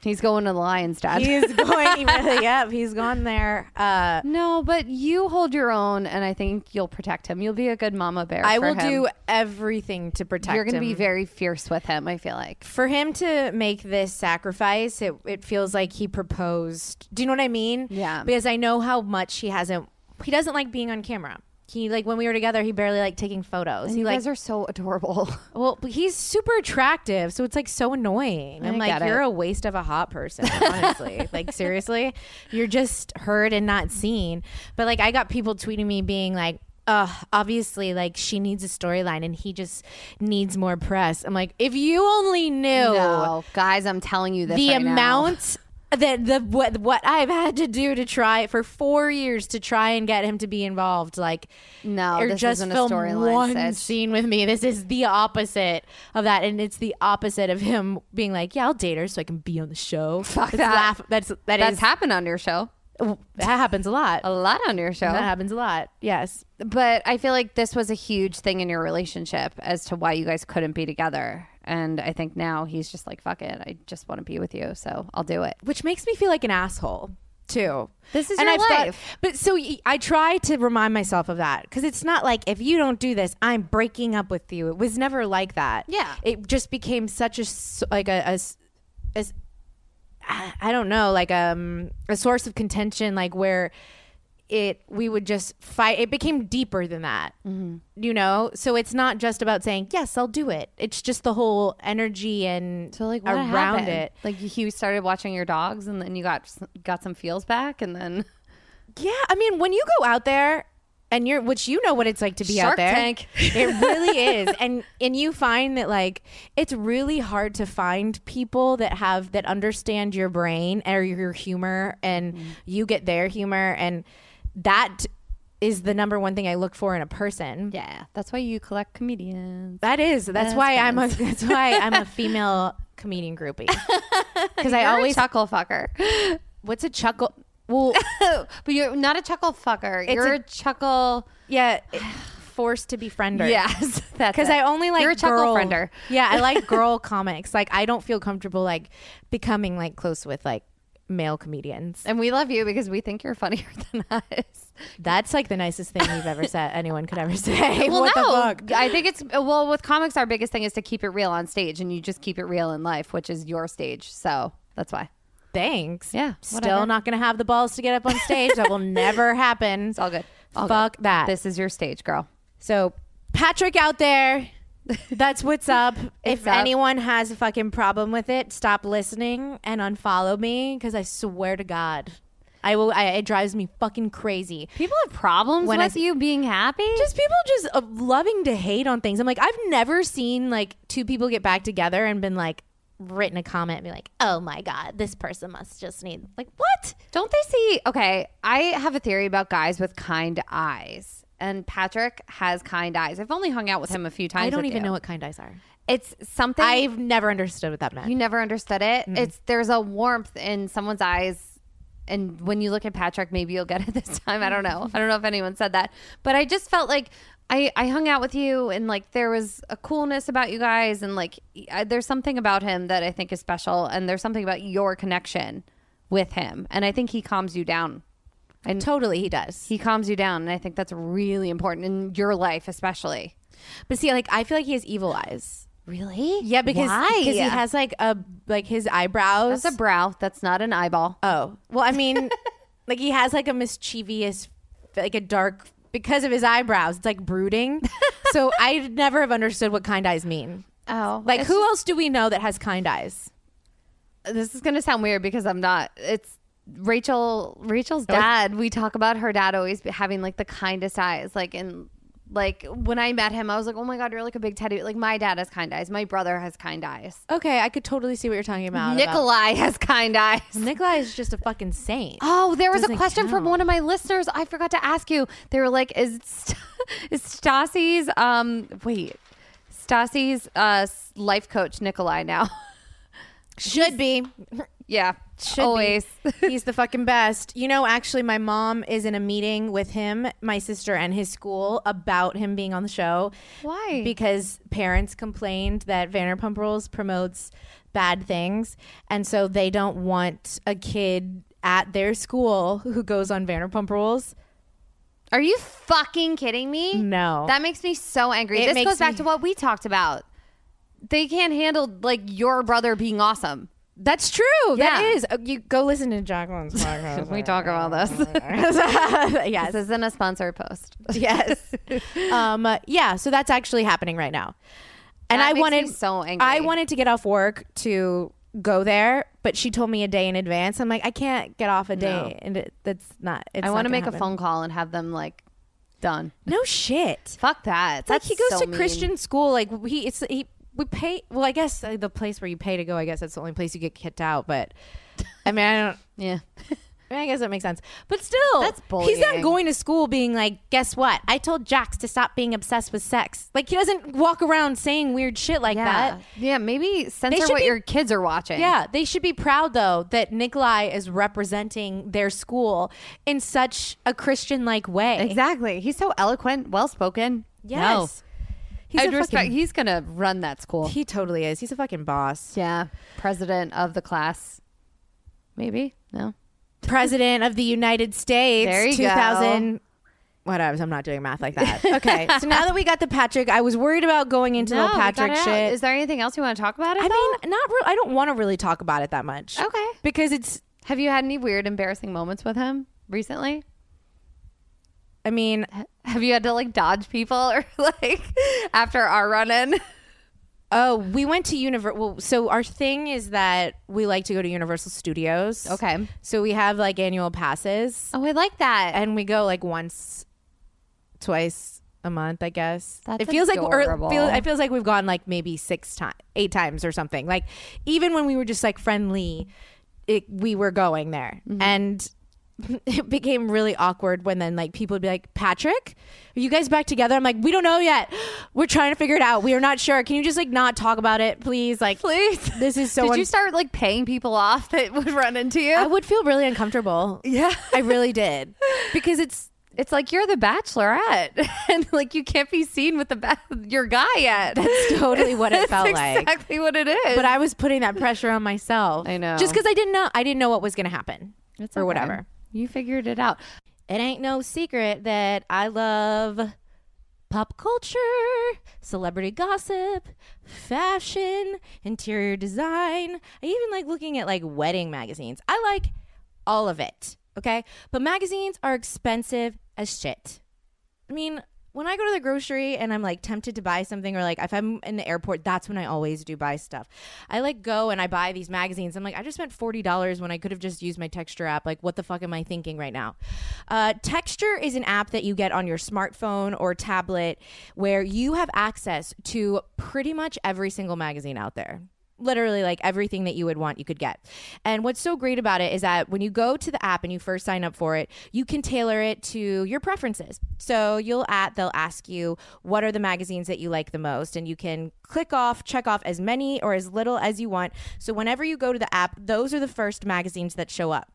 Speaker 3: he's going to the lion's dad.
Speaker 2: he's going he really up. He's gone there. Uh
Speaker 3: no, but you hold your own, and I think you'll protect him. You'll be a good mama bear.
Speaker 2: I
Speaker 3: for
Speaker 2: will
Speaker 3: him.
Speaker 2: do everything to protect
Speaker 3: You're going to be
Speaker 2: him.
Speaker 3: very fierce with him. I feel like.
Speaker 2: for him to make this sacrifice, it, it feels like he proposed. Do you know what I mean?
Speaker 3: Yeah.
Speaker 2: Because I know how much he hasn't he doesn't like being on camera. He like when we were together, he barely liked taking photos. he
Speaker 3: You
Speaker 2: like
Speaker 3: guys are so adorable.
Speaker 2: Well, but he's super attractive, so it's like so annoying. I'm
Speaker 3: I
Speaker 2: like,
Speaker 3: get
Speaker 2: you're
Speaker 3: it.
Speaker 2: a waste of a hot person, honestly. like seriously, you're just heard and not seen. But like, I got people tweeting me being like. Uh, obviously, like she needs a storyline and he just needs more press. I'm like, if you only knew
Speaker 3: No, Oh, guys, I'm telling you this.
Speaker 2: the
Speaker 3: right now.
Speaker 2: amount that the what what I've had to do to try for four years to try and get him to be involved, like
Speaker 3: No,
Speaker 2: or
Speaker 3: this
Speaker 2: just
Speaker 3: isn't a
Speaker 2: film
Speaker 3: storyline,
Speaker 2: one
Speaker 3: sis.
Speaker 2: scene with me. This is the opposite of that, and it's the opposite of him being like, "Yeah, I'll date her so I can be on the show." Fuck
Speaker 3: that.
Speaker 2: that's that
Speaker 3: that's
Speaker 2: is-
Speaker 3: happened on your show.
Speaker 2: that happens a lot.
Speaker 3: A lot on your show.
Speaker 2: That happens a lot. Yes,
Speaker 3: But I feel like this was a huge thing in your relationship as to why you guys couldn't be together. And I think now he's just like, fuck it. I just want to be with you. So I'll do it.
Speaker 2: which makes me feel like an asshole too.
Speaker 3: This is your
Speaker 2: thought-
Speaker 3: life.
Speaker 2: but so y- I try to remind myself of that because it's not like if you don't do this, I'm breaking up with you. It was never like that.
Speaker 3: Yeah.
Speaker 2: it just became such a s- like a, a s- a s- I- I don't know, like um a source of contention, like where it we would just fight. It became deeper than that,
Speaker 3: Mm-hmm.
Speaker 2: you know. So it's not just about saying yes, I'll do it. It's just the whole energy and
Speaker 3: So like what
Speaker 2: around
Speaker 3: happened?
Speaker 2: it.
Speaker 3: Like he started watching your dogs and then you got got some feels back and then
Speaker 2: Yeah, I mean, when you go out there and you're, which you know what it's like to be out
Speaker 3: Shark
Speaker 2: there,
Speaker 3: Tank.
Speaker 2: it really is, and and you find that like it's really hard to find people that have that understand your brain or your humor, and
Speaker 3: Mm-hmm.
Speaker 2: you get their humor, and that is the number one thing I look for in a person.
Speaker 3: yeah, that's why you collect comedians.
Speaker 2: That is. That's
Speaker 3: Best
Speaker 2: why I'm a. That's why I'm a female comedian groupie.
Speaker 3: Because I always chuckle fucker.
Speaker 2: What's a chuckle? Well,
Speaker 3: but you're not a chuckle fucker. you're a,
Speaker 2: a-
Speaker 3: chuckle.
Speaker 2: yeah, it- forced to befriend her.
Speaker 3: Yes, that's
Speaker 2: Because
Speaker 3: it.
Speaker 2: I only like
Speaker 3: you're a chuckle
Speaker 2: girl-
Speaker 3: friender.
Speaker 2: Yeah, I like girl comics. Like I don't feel comfortable like becoming like close with like male comedians.
Speaker 3: And we love you because we think you're funnier than us.
Speaker 2: That's like the nicest thing you've ever said anyone could ever say.
Speaker 3: Well,
Speaker 2: what
Speaker 3: no,
Speaker 2: the fuck?
Speaker 3: I think it's well with comics. Our biggest thing is to keep it real on stage, and you just keep it real in life, which is your stage. So that's why
Speaker 2: Thanks.
Speaker 3: Yeah,
Speaker 2: Still
Speaker 3: whatever.
Speaker 2: not gonna have the balls to get up on stage. that will never happen.
Speaker 3: it's all good. All
Speaker 2: Fuck
Speaker 3: good.
Speaker 2: that.
Speaker 3: This is your stage, girl.
Speaker 2: So, Patrick out there, that's what's up. if
Speaker 3: up.
Speaker 2: anyone has a fucking problem with it, stop listening and unfollow me because I swear to God, I will. I, it drives me fucking crazy.
Speaker 3: People have problems
Speaker 2: When I
Speaker 3: with
Speaker 2: s-
Speaker 3: you being happy.
Speaker 2: Just people just uh, loving to hate on things. I'm like, I've never seen like two people get back together and been like written a comment and be like, oh my God, this person must just need like what?
Speaker 3: Don't they see? Okay, I have a theory about guys with kind eyes, and Patrick has kind eyes. I've only hung out with him a few times.
Speaker 2: I don't
Speaker 3: with
Speaker 2: even
Speaker 3: you.
Speaker 2: know what kind eyes are.
Speaker 3: it's something.
Speaker 2: I've never understood what that meant.
Speaker 3: You never understood it. It's there's a warmth in someone's eyes, and when you look at Patrick, maybe you'll get it this time. I don't know. I don't know if anyone said that, but I just felt like I I hung out with you, and like there was a coolness about you guys, and like I, there's something about him that I think is special, and there's something about your connection with him, and I think he calms you down. And
Speaker 2: totally, he does.
Speaker 3: he calms you down, and I think that's really important in your life, especially.
Speaker 2: But see, like I feel like he has evil eyes.
Speaker 3: Really?
Speaker 2: Yeah, because
Speaker 3: Why?
Speaker 2: because he has like a like his eyebrows.
Speaker 3: that's a brow. That's not an eyeball.
Speaker 2: oh, well, I mean, like he has like a mischievous, like a dark because of his eyebrows. It's like brooding. so I would never have understood what kind eyes mean.
Speaker 3: Oh,
Speaker 2: Like who else do we know that has kind eyes?
Speaker 3: this is going to sound weird because I'm not. It's Rachel. Rachel's dad. We talk about her dad always be- having like the kindest eyes. Like and like when I met him, I was like, oh my god, you're like a big teddy. Like my dad has kind eyes. My brother has kind eyes.
Speaker 2: Okay, I could totally see what you're talking about. about-
Speaker 3: Nikolai has kind eyes.
Speaker 2: Nikolai is just a fucking saint.
Speaker 3: Oh, there was a
Speaker 2: Doesn't
Speaker 3: question from
Speaker 2: count.
Speaker 3: one of my listeners. I forgot to ask you. They were like, is St- is Stassi's um wait. Stassi's uh, life coach Nikolai now.
Speaker 2: Should be.
Speaker 3: yeah,
Speaker 2: Should be.
Speaker 3: always.
Speaker 2: He's the fucking best. You know, actually, my mom is in a meeting with him, my sister, and his school about him being on the show.
Speaker 3: Why?
Speaker 2: Because parents complained that Vanderpump Rules promotes bad things. And so they don't want a kid at their school who goes on Vanderpump Rules.
Speaker 3: Are you fucking kidding me?
Speaker 2: No.
Speaker 3: That Oh. makes me so angry.
Speaker 2: It
Speaker 3: this
Speaker 2: makes
Speaker 3: goes back
Speaker 2: me-
Speaker 3: to what we talked about. They can't handle like your brother being awesome.
Speaker 2: That's true. That
Speaker 3: Yeah.
Speaker 2: is. Uh, You go listen to Jacqueline's podcast.
Speaker 3: We talk about this.
Speaker 2: yes.
Speaker 3: this isn't a sponsored post.
Speaker 2: yes. um, uh, yeah. So that's actually happening right now, and
Speaker 3: That
Speaker 2: I
Speaker 3: makes
Speaker 2: wanted
Speaker 3: me so angry.
Speaker 2: I wanted to get off work to go there, but she told me a day in advance. I'm like, I can't get off a day, and it, that's not. It's
Speaker 3: I
Speaker 2: want to
Speaker 3: make a phone call and have them like done.
Speaker 2: No shit.
Speaker 3: Fuck that.
Speaker 2: Like
Speaker 3: That's
Speaker 2: he goes
Speaker 3: so
Speaker 2: to
Speaker 3: mean.
Speaker 2: Christian school. Like he, it's he. We pay. Well, I guess uh, the place where you pay to go. I guess that's the only place you get kicked out. But I mean, I don't.
Speaker 3: Yeah.
Speaker 2: I, mean, I guess that makes sense. But still,
Speaker 3: That's
Speaker 2: He's not
Speaker 3: bullying.
Speaker 2: going to school being like, guess what? I told Jax to stop being obsessed with sex. Like, he doesn't walk around saying weird shit like
Speaker 3: Yeah.
Speaker 2: that.
Speaker 3: Yeah. Maybe censor
Speaker 2: should
Speaker 3: what
Speaker 2: be-
Speaker 3: your kids are watching.
Speaker 2: Yeah, they should be proud though that Nikolai is representing their school in such a Christian like way.
Speaker 3: Exactly. He's so eloquent, well spoken.
Speaker 2: Yes. He's
Speaker 3: I
Speaker 2: a
Speaker 3: respect.
Speaker 2: fucking,
Speaker 3: He's gonna run that school.
Speaker 2: he totally is. He's a fucking boss.
Speaker 3: yeah. President of the class. Maybe. No.
Speaker 2: President of the United States.
Speaker 3: There you go.
Speaker 2: 2000. Whatever. I'm not doing math like that. Okay. so now that we got the Patrick, I was worried about going into
Speaker 3: No,
Speaker 2: the
Speaker 3: we got
Speaker 2: Patrick
Speaker 3: it out.
Speaker 2: shit.
Speaker 3: Is there anything else you want to talk about? Oh. It
Speaker 2: I mean, not. Re- I don't want to really talk about it that much.
Speaker 3: Okay.
Speaker 2: Because it's.
Speaker 3: have you had any weird, embarrassing moments with him recently?
Speaker 2: I mean,
Speaker 3: Have you had to like dodge people or like after our run in?
Speaker 2: oh, we went to Universal. Well, so our thing is that we like to go to Universal Studios.
Speaker 3: Okay.
Speaker 2: So we have like annual passes,
Speaker 3: Oh, I like that.
Speaker 2: and we go like once, twice a month, I guess.
Speaker 3: That's
Speaker 2: it feels
Speaker 3: adorable.
Speaker 2: like or, it feel, it feels like we've gone like maybe six times, eight times or something.
Speaker 3: Mm-hmm.
Speaker 2: Like even when we were just like friendly, it, we were going there, and it became really awkward when then like people would be like, Patrick, are you guys back together? I'm like, we don't know yet. We're trying to figure it out. We are not sure. Can you just like not talk about it, please? Like,
Speaker 3: Please.
Speaker 2: This is so.
Speaker 3: Did you
Speaker 2: un-
Speaker 3: start like paying people off that would run into you?
Speaker 2: I would feel really uncomfortable.
Speaker 3: Yeah.
Speaker 2: I really did because it's
Speaker 3: it's like you're the bachelorette and like you can't be seen with the ba- your guy yet. That's
Speaker 2: totally what it felt like.
Speaker 3: Exactly what it is.
Speaker 2: but I was putting that pressure on myself.
Speaker 3: I know.
Speaker 2: Just because I didn't know, I didn't know what was going to happen
Speaker 3: It's
Speaker 2: or
Speaker 3: okay.
Speaker 2: whatever.
Speaker 3: You figured it out.
Speaker 2: It ain't no secret that I love pop culture, celebrity gossip, fashion, interior design. I even like looking at like wedding magazines. I like all of it. Okay. But magazines are expensive as shit. I mean, when I go to the grocery and I'm like tempted to buy something, or like if I'm in the airport, that's when I always do buy stuff. I like go and I buy these magazines. I'm like, I just spent forty dollars when I could have just used my Texture app. Like, what the fuck am I thinking right now? Uh, Texture is an app that you get on your smartphone or tablet where you have access to pretty much every single magazine out there literally like everything that you would want you could get and what's so great about it is that when you go to the app and you first sign up for it you can tailor it to your preferences so you'll at they'll ask you what are the magazines that you like the most and you can click off check off as many or as little as you want so whenever you go to the app those are the first magazines that show up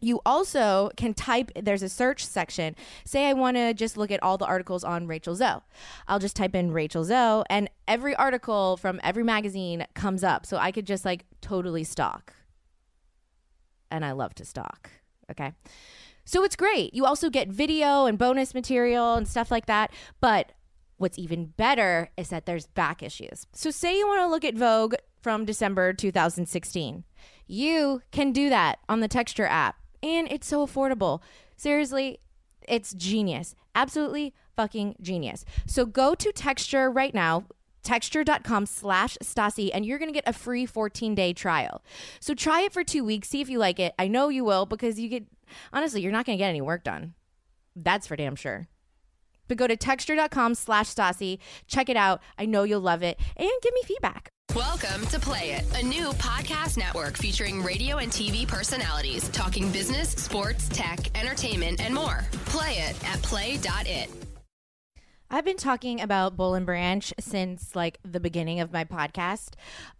Speaker 2: you also can type there's a search section say i want to just look at all the articles on rachel zoe i'll just type in rachel zoe and every article from every magazine comes up so i could just like totally stalk and i love to stalk okay so it's great you also get video and bonus material and stuff like that but what's even better is that there's back issues so say you want to look at vogue from december 2016 you can do that on the Texture app, and it's so affordable. Seriously, it's genius. Absolutely fucking genius. So go to Texture right now texture.com slash stasi and you're gonna get a free 14 day trial so try it for two weeks see if you like it i know you will because you get honestly you're not gonna get any work done that's for damn sure but go to texture.com slash stasi check it out i know you'll love it and give me feedback
Speaker 5: Welcome to Play It, a new podcast network featuring radio and TV personalities talking business, sports, tech, entertainment, and more. Play it at play.it.
Speaker 2: I've been talking about Bowl and Branch since like the beginning of my podcast.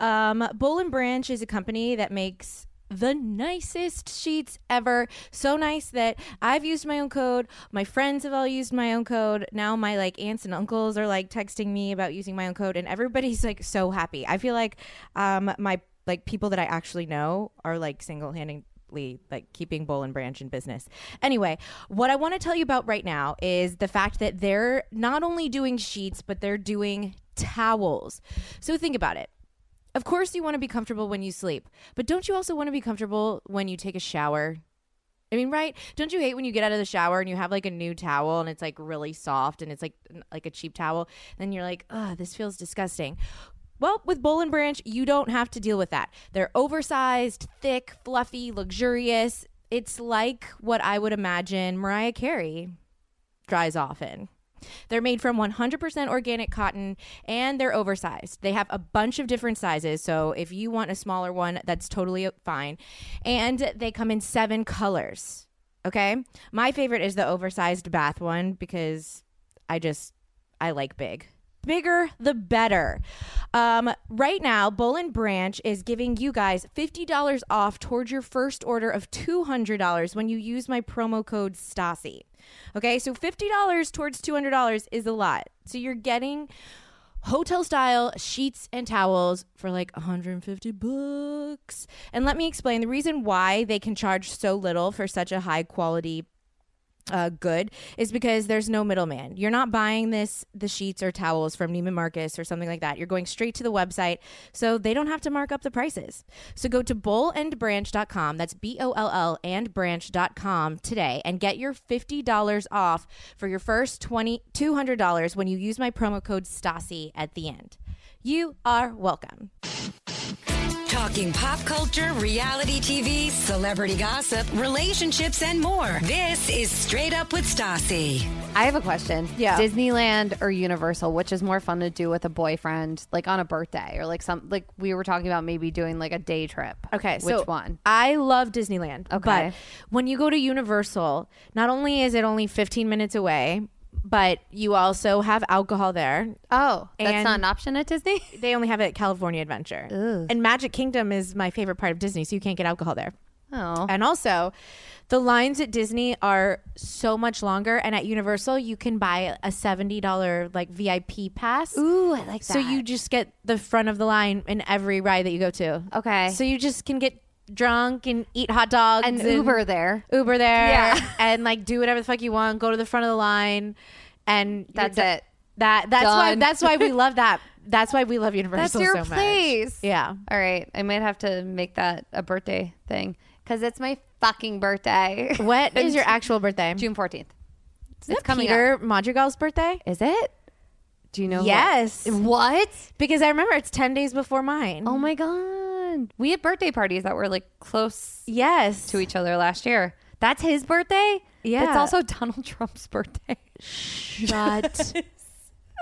Speaker 2: Um, Bowl and Branch is a company that makes the nicest sheets ever. So nice that I've used my own code. My friends have all used my own code. Now my like aunts and uncles are like texting me about using my own code, and everybody's like so happy. I feel like um, my like people that I actually know are like single handing quietly, like keeping bowl and branch in business anyway what i want to tell you about right now is the fact that they're not only doing sheets but they're doing towels so think about it of course you want to be comfortable when you sleep but don't you also want to be comfortable when you take a shower I mean, right? Don't you hate when you get out of the shower and you have like a new towel and it's like really soft and it's like like a cheap towel? Then you're like, oh, this feels disgusting. Well, with Bowl and Branch, you don't have to deal with that. They're oversized, thick, fluffy, luxurious. It's like what I would imagine Mariah Carey dries off in. They're made from 100% organic cotton and they're oversized. They have a bunch of different sizes. So if you want a smaller one, that's totally fine. And they come in seven colors. Okay. My favorite is the oversized bath one because I just, I like big. Bigger, the better. Um, right now, Bolin Branch is giving you guys $50 off towards your first order of $200 when you use my promo code STASI. Okay, so $50 towards $200 is a lot. So you're getting hotel style sheets and towels for like 150 bucks. And let me explain the reason why they can charge so little for such a high quality uh, good is because there's no middleman. You're not buying this the sheets or towels from Neiman Marcus or something like that. You're going straight to the website, so they don't have to mark up the prices. So go to bollandbranch.com. That's B O L L and branch.com today and get your $50 off for your first 20 $200 when you use my promo code STASI at the end. You are welcome.
Speaker 6: Talking pop culture, reality TV, celebrity gossip, relationships, and more. This is Straight Up with Stassi.
Speaker 3: I have a question.
Speaker 4: Yeah.
Speaker 3: Disneyland or Universal, which is more fun to do with a boyfriend, like on a birthday or like some like we were talking about maybe doing like a day trip.
Speaker 2: Okay,
Speaker 3: Which
Speaker 2: so
Speaker 3: one?
Speaker 2: I love Disneyland.
Speaker 3: Okay.
Speaker 2: But when you go to Universal, not only is it only 15 minutes away, but you also have alcohol there.
Speaker 3: Oh, that's
Speaker 2: And-
Speaker 3: not an option at Disney?
Speaker 2: They only have it at California Adventure. And Magic Kingdom is my favorite part of Disney, so you can't get alcohol there.
Speaker 3: Oh.
Speaker 2: And also, the lines at Disney are so much longer, and at Universal, you can buy a seventy dollar like VIP pass.
Speaker 3: Ooh, I like that.
Speaker 2: So you just get the front of the line in every ride that you go to.
Speaker 3: Okay.
Speaker 2: So you just can get drunk and eat hot dogs
Speaker 3: an Uber there.
Speaker 2: Uber there,
Speaker 3: Yeah.
Speaker 2: and like do whatever the fuck you want. Go to the front of the line, and you're
Speaker 3: That's
Speaker 2: do-
Speaker 3: it.
Speaker 2: That that's why
Speaker 3: Done.
Speaker 2: that's why we love that. That's why we love
Speaker 3: That's
Speaker 2: Universal
Speaker 3: your
Speaker 2: so much.
Speaker 3: place.
Speaker 2: Yeah.
Speaker 3: All right. I might have to make that a birthday thing cuz it's my fucking birthday.
Speaker 2: What is your actual birthday?
Speaker 3: June 14th. It's,
Speaker 2: Isn't
Speaker 3: it's
Speaker 2: it
Speaker 3: coming
Speaker 2: Peter
Speaker 3: up.
Speaker 2: Madrigal's birthday?
Speaker 3: Is it? Do you know? who-
Speaker 2: Yes.
Speaker 3: What?
Speaker 2: Because I remember it's 10 days before mine.
Speaker 3: Oh my god. We had birthday parties that were like close
Speaker 2: yes.
Speaker 3: to each other last year. That's his birthday? It's
Speaker 2: Yeah.
Speaker 3: also Donald Trump's birthday.
Speaker 2: Shut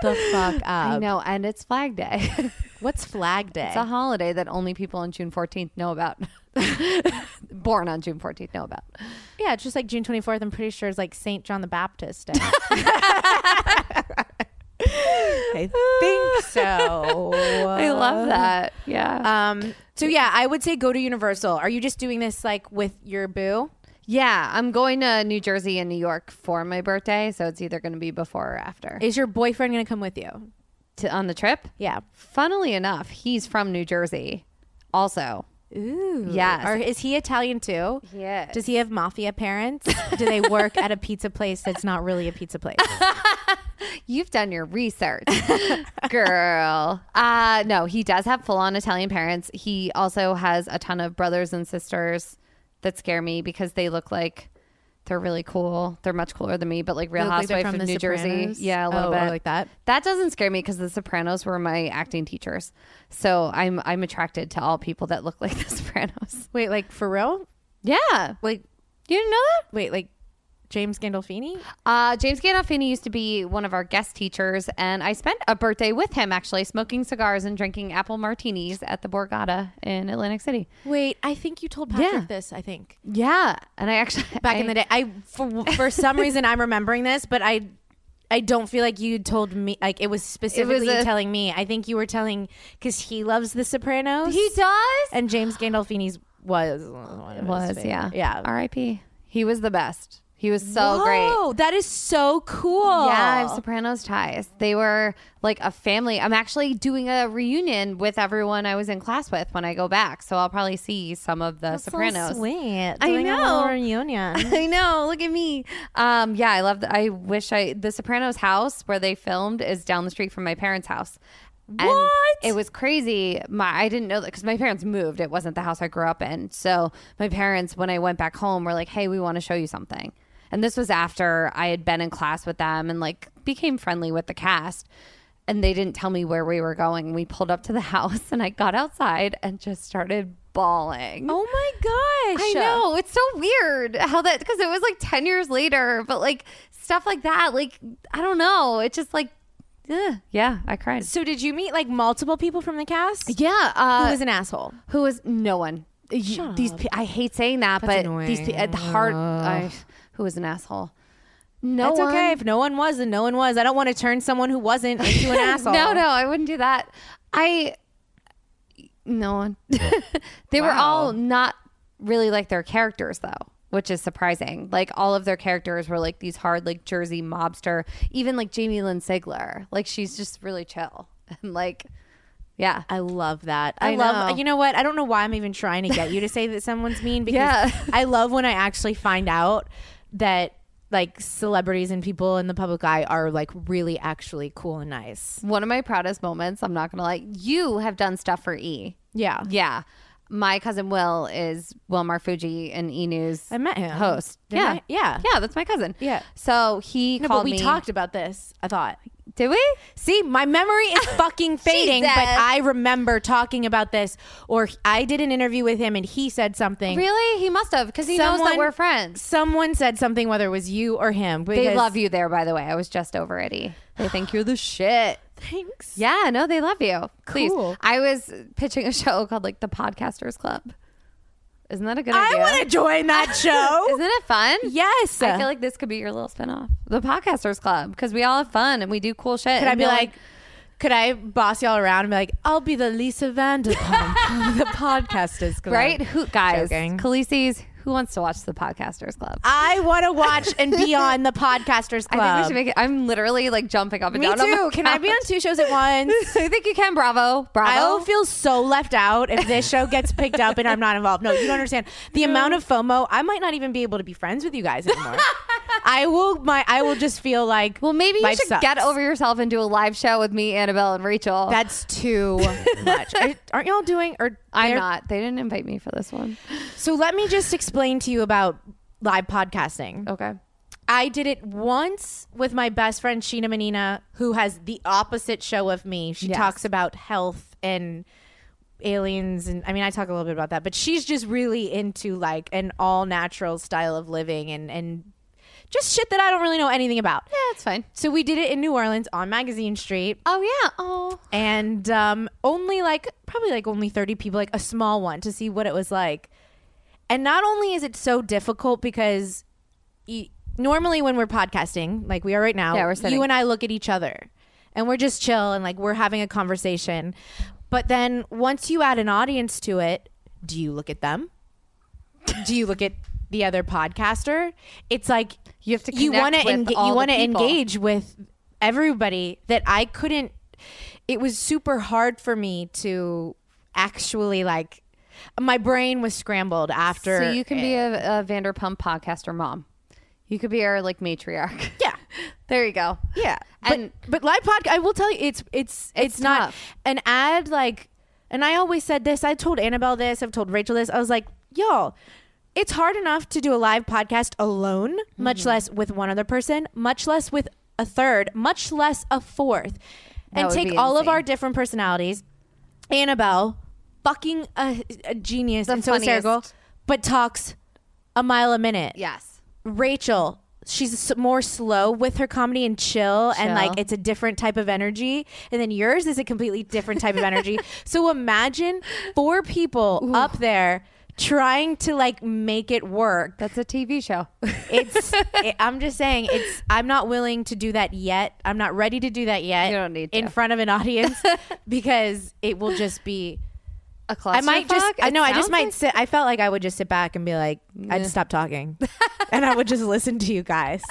Speaker 2: the fuck up.
Speaker 3: I know, and it's Flag Day.
Speaker 2: What's Flag Day?
Speaker 3: It's a holiday that only people on June 14th know about. Born on June 14th know about.
Speaker 2: yeah, it's just like June 24th. I'm pretty sure it's like St. John the Baptist Day. I think so.
Speaker 3: I love that. Yeah.
Speaker 2: Um, so yeah, I would say go to Universal. Are you just doing this like with your boo?
Speaker 3: yeah, I'm going to New Jersey and New York for my birthday, so it's either going to be before or after.
Speaker 2: Is your boyfriend gonna come with you?
Speaker 3: to, on the trip?
Speaker 2: Yeah.
Speaker 3: Funnily enough, he's from New Jersey also.
Speaker 2: Ooh.
Speaker 3: Yes.
Speaker 2: Or is he Italian too?
Speaker 3: Yes.
Speaker 2: Does he have mafia parents? Do they work at a pizza place that's not really a pizza place?
Speaker 3: You've done your research, girl. Uh, no, he does have full on Italian parents. He also has a ton of brothers and sisters that scare me because they look like they're really cool. They're much cooler than me, but like Real
Speaker 2: Look like they're
Speaker 3: Housewife
Speaker 2: from
Speaker 3: of
Speaker 2: The
Speaker 3: New
Speaker 2: Sopranos?
Speaker 3: Jersey. Yeah, a little
Speaker 2: Oh,
Speaker 3: bit
Speaker 2: oh, like that?
Speaker 3: That doesn't scare me because The Sopranos were my acting teachers, so I'm I'm attracted to all people that look like The Sopranos.
Speaker 2: Wait, like for real?
Speaker 3: Yeah,
Speaker 2: Like
Speaker 3: you didn't know that?
Speaker 2: wait, like James Gandolfini?
Speaker 3: Uh, James Gandolfini used to be one of our guest teachers, and I spent a birthday with him actually, smoking cigars and drinking apple martinis at the Borgata in Atlantic City.
Speaker 2: Wait, I think you told
Speaker 3: Yeah.
Speaker 2: this. I think
Speaker 3: Yeah, and I actually
Speaker 2: back in the day. I for, for some reason I'm remembering this, but I I don't feel like you told me. Like it was specifically you
Speaker 3: a-
Speaker 2: telling me. I think you were telling because he loves The Sopranos.
Speaker 3: he does
Speaker 2: and James Gandolfini's was one of his
Speaker 3: was
Speaker 2: favorite-
Speaker 3: yeah
Speaker 2: yeah.
Speaker 3: R.I.P. He was the best. He was so great.
Speaker 2: Oh, that is so cool.
Speaker 3: Yeah, I have Sopranos ties. They were like a family. I'm actually doing a reunion with everyone I was in class with when I go back, so I'll probably see some of the Sopranos.
Speaker 2: sweet.
Speaker 3: I
Speaker 2: Doing a little
Speaker 3: know.
Speaker 2: reunion.
Speaker 3: I know. Look at me. Um, yeah, I love. The, I wish I the Sopranos house where they filmed is down the street from my parents' house. And
Speaker 2: What?
Speaker 3: It was crazy. My I didn't know that because my parents moved. It wasn't the house I grew up in. So my parents, when I went back home, were like, "Hey, we want to show you something." And this was after I had been in class with them and like became friendly with the cast. And they didn't tell me where we were going. We pulled up to the house, and I got outside and just started bawling.
Speaker 2: oh my gosh.
Speaker 3: I know. It's so weird how that, because it was like 10 years later, but like stuff like that, like, I don't know. It's just like, ugh. yeah, I cried.
Speaker 2: So did you meet like multiple people from the cast?
Speaker 3: yeah. Uh,
Speaker 2: Who was an asshole?
Speaker 3: who was no one? Y- these pe- I hate saying that, but these pe- at the heart, I, who was an asshole? No
Speaker 2: That's
Speaker 3: one.
Speaker 2: okay. If no one was, then no one was. I don't want to turn someone who wasn't into an asshole.
Speaker 3: No, no, I wouldn't do that. I no one. they were all not really like their characters though, which is surprising. Like all of their characters were like these hard like Jersey mobster, even like Jamie Lynn Sigler. Like she's just really chill and like yeah.
Speaker 2: I love that. I,
Speaker 3: I
Speaker 2: love.
Speaker 3: know.
Speaker 2: You know what? I don't know why I'm even trying to get you to say that someone's mean because
Speaker 3: Yeah.
Speaker 2: I love when I actually find out that like celebrities and people in the public eye are like really actually cool and nice.
Speaker 3: One of my proudest moments, I'm not going to lie. You have done stuff for E.
Speaker 2: Yeah.
Speaker 3: Yeah. My cousin Will is Wilmar Fuji and E News.
Speaker 2: I met him.
Speaker 3: Host.
Speaker 2: Didn't
Speaker 3: yeah.
Speaker 2: I? Yeah.
Speaker 3: Yeah, that's my cousin.
Speaker 2: Yeah.
Speaker 3: So he
Speaker 2: No,
Speaker 3: called
Speaker 2: but we
Speaker 3: me.
Speaker 2: talked about this. I thought.
Speaker 3: Did we?
Speaker 2: See, my memory is fucking fading, but
Speaker 3: Jesus.
Speaker 2: I remember talking about this, or I did an interview with him and he said something.
Speaker 3: Really? He must have because he knows that we're friends.
Speaker 2: Someone said something, whether it was you or him.
Speaker 3: They love you there, by the way. I was just over Eddie. They think you're the shit.
Speaker 2: Thanks.
Speaker 3: Yeah, no, they love you. Please.
Speaker 2: Cool.
Speaker 3: I was pitching a show called like the Podcasters Club. Isn't that a good
Speaker 2: I
Speaker 3: idea?
Speaker 2: want to join that show.
Speaker 3: Isn't it fun?
Speaker 2: yes.
Speaker 3: I feel like this could be your little spinoff, the Podcasters Club, because we all have fun and we do cool shit.
Speaker 2: could I be like, could I boss y'all around and be like, I'll be the Lisa Vanderpump of the podcasters club.
Speaker 3: right? Who guys?
Speaker 2: Joking.
Speaker 3: Khaleesi's. Who wants to watch the Podcasters Club?
Speaker 2: I want to watch and be on the podcasters club.
Speaker 3: I think we should make it. I'm literally like jumping up and
Speaker 2: Me
Speaker 3: down. on
Speaker 2: too.
Speaker 3: my
Speaker 2: Can I be on
Speaker 3: couch.
Speaker 2: two shows at once?
Speaker 3: I think you can. Bravo, bravo.
Speaker 2: I'll feel so left out if this show gets picked up and I'm not involved. No, you don't understand the amount of FOMO. I might not even be able to be friends with you guys anymore. I will. My I will just feel like.
Speaker 3: Well, maybe you
Speaker 2: life
Speaker 3: should
Speaker 2: sucks.
Speaker 3: get over yourself and do a live show with me, Annabelle, and Rachel.
Speaker 2: That's too much. Are, aren't y'all doing? Or
Speaker 3: I'm
Speaker 2: they're-
Speaker 3: not. They didn't invite me for this one.
Speaker 2: So let me just explain to you about live podcasting.
Speaker 3: Okay.
Speaker 2: I did it once with my best friend Sheena Menina, who has the opposite show of me. She
Speaker 3: Yes.
Speaker 2: talks about health and aliens and I mean I talk a little bit about that, but she's just really into like an all natural style of living and and just shit that I don't really know anything about.
Speaker 3: Yeah, it's fine.
Speaker 2: So we did it in New Orleans on Magazine Street
Speaker 3: Oh yeah. Oh.
Speaker 2: and um, only like probably like only 30 people like a small one to see what it was like and not only is it so difficult because y- normally when we're podcasting like we are right now
Speaker 3: Yeah, we're sitting.
Speaker 2: you and i look at each other and we're just chill and like we're having a conversation but then once you add an audience to it do you look at them do you look at the other podcaster it's like
Speaker 3: You have to
Speaker 2: you
Speaker 3: connect
Speaker 2: want to
Speaker 3: with all
Speaker 2: you
Speaker 3: the
Speaker 2: want to
Speaker 3: people.
Speaker 2: engage with everybody that I couldn't it was super hard for me to actually like my brain was scrambled after
Speaker 3: So you can be a, a Vanderpump podcaster mom. You could be our like matriarch.
Speaker 2: Yeah.
Speaker 3: there you go.
Speaker 2: yeah
Speaker 3: And-
Speaker 2: but, but live podcast I will tell you it's it's it's, not
Speaker 3: tough.
Speaker 2: an ad like and I always said this I told Annabelle this I've told Rachel this I was like y'all it's hard enough to do a live podcast alone much
Speaker 3: Mm-hmm.
Speaker 2: less with one other person much less with a third much less a fourth and
Speaker 3: would
Speaker 2: take
Speaker 3: be
Speaker 2: all of
Speaker 3: insane.
Speaker 2: our different personalities Annabelle, fucking a, a genius
Speaker 3: The
Speaker 2: and so hysterical,
Speaker 3: funniest.
Speaker 2: but talks a mile a minute.
Speaker 3: Yes.
Speaker 2: Rachel, she's s- more slow with her comedy and chill, and
Speaker 3: Chill.
Speaker 2: like it's a different type of energy. And then yours is a completely different type of energy. So imagine four people up there trying to like make it work.
Speaker 3: That's a TV show.
Speaker 2: It's it, I'm just saying it's I'm not willing to do that yet. I'm not ready to do that yet.
Speaker 3: You don't need
Speaker 2: in
Speaker 3: to.
Speaker 2: front of an audience because it will just be
Speaker 3: a
Speaker 2: I might just.
Speaker 3: clusterfuck?
Speaker 2: I
Speaker 3: It
Speaker 2: know. I just
Speaker 3: sounds
Speaker 2: might
Speaker 3: like-
Speaker 2: sit. I felt like I would just sit back and be like, I'd stop talking, and I would just listen to you guys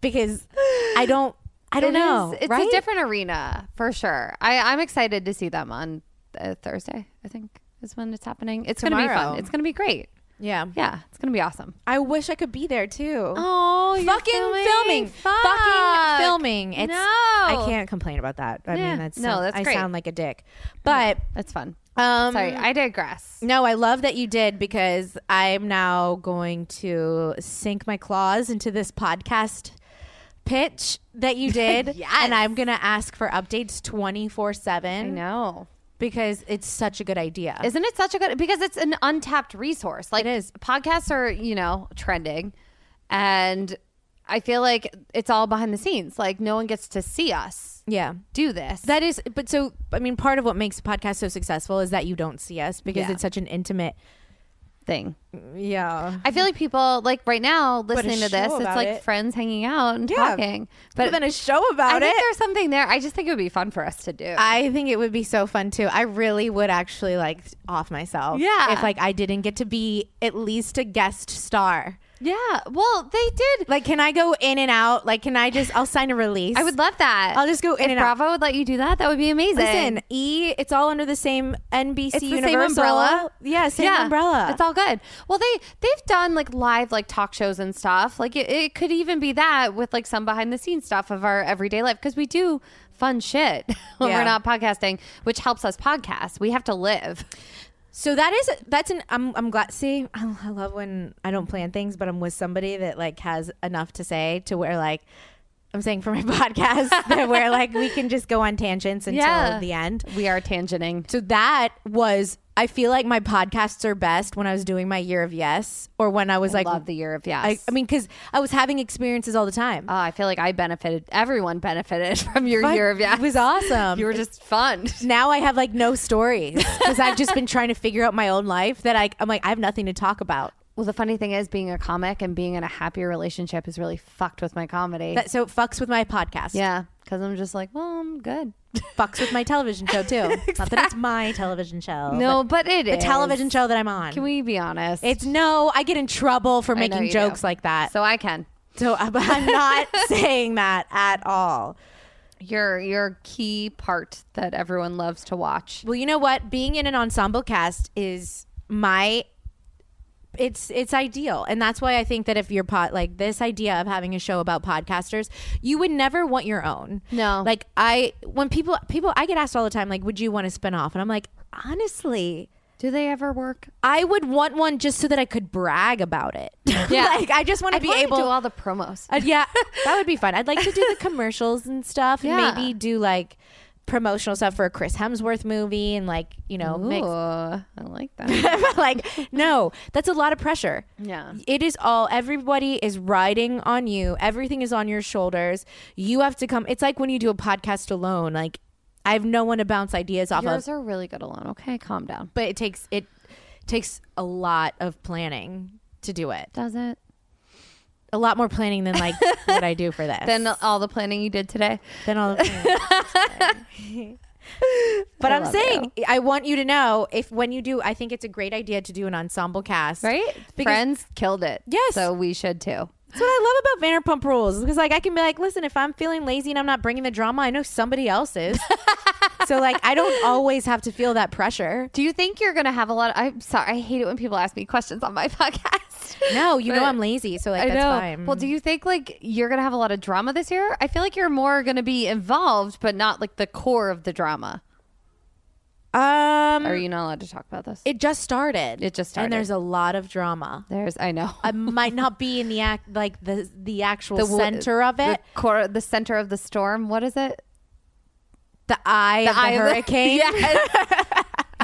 Speaker 2: because I don't. I don't
Speaker 3: It is-
Speaker 2: know.
Speaker 3: It's
Speaker 2: right?
Speaker 3: a different arena for sure. I, I'm excited to see them on uh, Thursday. I think is when it's happening. It's going to be
Speaker 2: Tomorrow.
Speaker 3: fun. It's going to be great.
Speaker 2: Yeah.
Speaker 3: Yeah, it's going to be awesome.
Speaker 2: I wish I could be there too.
Speaker 3: Oh,
Speaker 2: fucking filming, fucking filming. It's.
Speaker 3: no,
Speaker 2: I can't complain about that. I
Speaker 3: Yeah.
Speaker 2: mean, that's
Speaker 3: No,
Speaker 2: no.
Speaker 3: that's
Speaker 2: I
Speaker 3: great.
Speaker 2: sound like a dick, but
Speaker 3: That's fun.
Speaker 2: um.
Speaker 3: Sorry, I digress.
Speaker 2: No, I love that you did because I'm now going to sink my claws into this podcast pitch that you did.
Speaker 3: Yes.
Speaker 2: And I'm going to ask for updates 24
Speaker 3: I
Speaker 2: 7
Speaker 3: know.
Speaker 2: because it's such a good idea.
Speaker 3: Isn't it such a good because it's an untapped resource. Like
Speaker 2: It is.
Speaker 3: podcasts are, you know, trending and I feel like it's all behind the scenes. Like no one gets to see us
Speaker 2: yeah.
Speaker 3: do this.
Speaker 2: That is, but so, I mean, part of what makes a podcast so successful is that you don't see us because
Speaker 3: Yeah.
Speaker 2: it's such an intimate.
Speaker 3: thing.
Speaker 2: Yeah.
Speaker 3: I feel like people like right now listening to this,
Speaker 2: Mhm. show
Speaker 3: it's
Speaker 2: about
Speaker 3: like
Speaker 2: it.
Speaker 3: friends hanging out and
Speaker 2: Yeah.
Speaker 3: talking.
Speaker 2: But then a show
Speaker 3: I
Speaker 2: about
Speaker 3: think
Speaker 2: it.
Speaker 3: there's something there. I just think it would be fun for us to do.
Speaker 2: I think it would be so fun too. I really would actually like off myself.
Speaker 3: Yeah.
Speaker 2: If like I didn't get to be at least a guest star.
Speaker 3: yeah. Well, they did.
Speaker 2: Like, can I go in and out? Like, can I just, I'll sign a release.
Speaker 3: I would love that.
Speaker 2: I'll just go in
Speaker 3: if
Speaker 2: and out.
Speaker 3: Bravo would let you do that. That would be amazing.
Speaker 2: Listen, E, it's all under the same NBC
Speaker 3: it's the
Speaker 2: Universal
Speaker 3: same umbrella.
Speaker 2: Yeah, same umbrella.
Speaker 3: It's all good. Well, they they've done like live like talk shows and stuff. Like it, it could even be that with like some behind the scenes stuff of our everyday life because we do fun shit when
Speaker 2: Yeah.
Speaker 3: we're not podcasting, which helps us podcast. We have to live.
Speaker 2: So that is that's an I'm I'm glad. See, I I love when I don't plan things, but I'm with somebody that like has enough to say to where like I'm saying for my podcast that where like we can just go on tangents until
Speaker 3: Yeah.
Speaker 2: the end.
Speaker 3: We are tangenting.
Speaker 2: So that was I feel like my podcasts are best when I was doing my year of yes or when I was like
Speaker 3: Love the year of yes.
Speaker 2: I, I mean cuz I was having experiences all the time.
Speaker 3: Oh, I feel like I benefited. Everyone benefited from your
Speaker 2: But
Speaker 3: year of yes.
Speaker 2: It was awesome.
Speaker 3: You were just fun.
Speaker 2: now I have like no stories cuz I've just been trying to figure out my own life that I I'm like I have nothing to talk about.
Speaker 3: Well, the funny thing is, being a comic and being in a happier relationship is really fucked with my comedy.
Speaker 2: That so it fucks with my podcast.
Speaker 3: yeah, because I'm just like, well, I'm good.
Speaker 2: Fucks with my television show too. Not that it's my television show.
Speaker 3: No, but it
Speaker 2: the
Speaker 3: is.
Speaker 2: television show that I'm on.
Speaker 3: Can we be honest?
Speaker 2: It's no, I get in trouble for
Speaker 3: I know
Speaker 2: making
Speaker 3: you
Speaker 2: jokes
Speaker 3: do.
Speaker 2: like that. So,
Speaker 3: So I can.
Speaker 2: I'm I'm not saying that at all.
Speaker 3: You're you're a key part that everyone loves to watch.
Speaker 2: Well, you know what? Being in an ensemble cast is my it's it's ideal. And that's why I think that if you're pot like this idea of having a show about podcasters, you would never want your own.
Speaker 3: No.
Speaker 2: Like I when people people I get asked all the time like would you want to spin off? And I'm like, honestly,
Speaker 3: Do they ever work?
Speaker 2: I would want one just so that I could brag about it.
Speaker 3: Yeah.
Speaker 2: like I just want to
Speaker 3: I'd
Speaker 2: be
Speaker 3: want to
Speaker 2: able
Speaker 3: do all the promos.
Speaker 2: Uh, yeah, that would be fun. I'd like to do the commercials and stuff,
Speaker 3: Yeah.
Speaker 2: and maybe do like promotional stuff for a Chris Hemsworth movie, and like you know,
Speaker 3: Ooh,
Speaker 2: mix.
Speaker 3: I like that.
Speaker 2: like no, that's a lot of pressure.
Speaker 3: Yeah.
Speaker 2: it is all. Everybody is riding on you. Everything is on your shoulders. You have to come. It's like when you do a podcast alone. Like I have no one to bounce ideas off
Speaker 3: Yours
Speaker 2: of,
Speaker 3: are really good alone. Okay, calm down.
Speaker 2: but it takes it takes a lot of planning to do it.
Speaker 3: Does it?
Speaker 2: A lot more planning than like what I do for this.
Speaker 3: Then all the planning you did today.
Speaker 2: Then I'll. but I'm
Speaker 3: love
Speaker 2: saying, I want you to know if when you do, I think it's a great idea to do an ensemble cast.
Speaker 3: Right?
Speaker 2: Because-
Speaker 3: Friends killed it.
Speaker 2: Yes.
Speaker 3: So we should too.
Speaker 2: That's what I love about Vanderpump Rules because, like, I can be like, listen, if I'm feeling lazy and I'm not bringing the drama, I know somebody else is. so, like, I don't always have to feel that pressure.
Speaker 3: Do you think you're gonna have a lot? I'm sorry, I hate it when people ask me questions on my podcast.
Speaker 2: No, you know
Speaker 3: But-
Speaker 2: I'm lazy, so like
Speaker 3: I
Speaker 2: that's
Speaker 3: know.
Speaker 2: fine.
Speaker 3: Well, do you think like you're gonna have a lot of drama this year? I feel like you're more gonna be involved, but not like the core of the drama.
Speaker 2: um,
Speaker 3: Are you not allowed to talk about this?
Speaker 2: it just started.
Speaker 3: It just
Speaker 2: and
Speaker 3: started.
Speaker 2: there's a lot of drama.
Speaker 3: There's, I know,
Speaker 2: I might not be in the act, like the the actual
Speaker 3: The wo-
Speaker 2: center of it.
Speaker 3: the core, the center of the storm. What is it?
Speaker 2: The, eye of the
Speaker 3: eye of the-
Speaker 2: hurricane.
Speaker 3: Yes,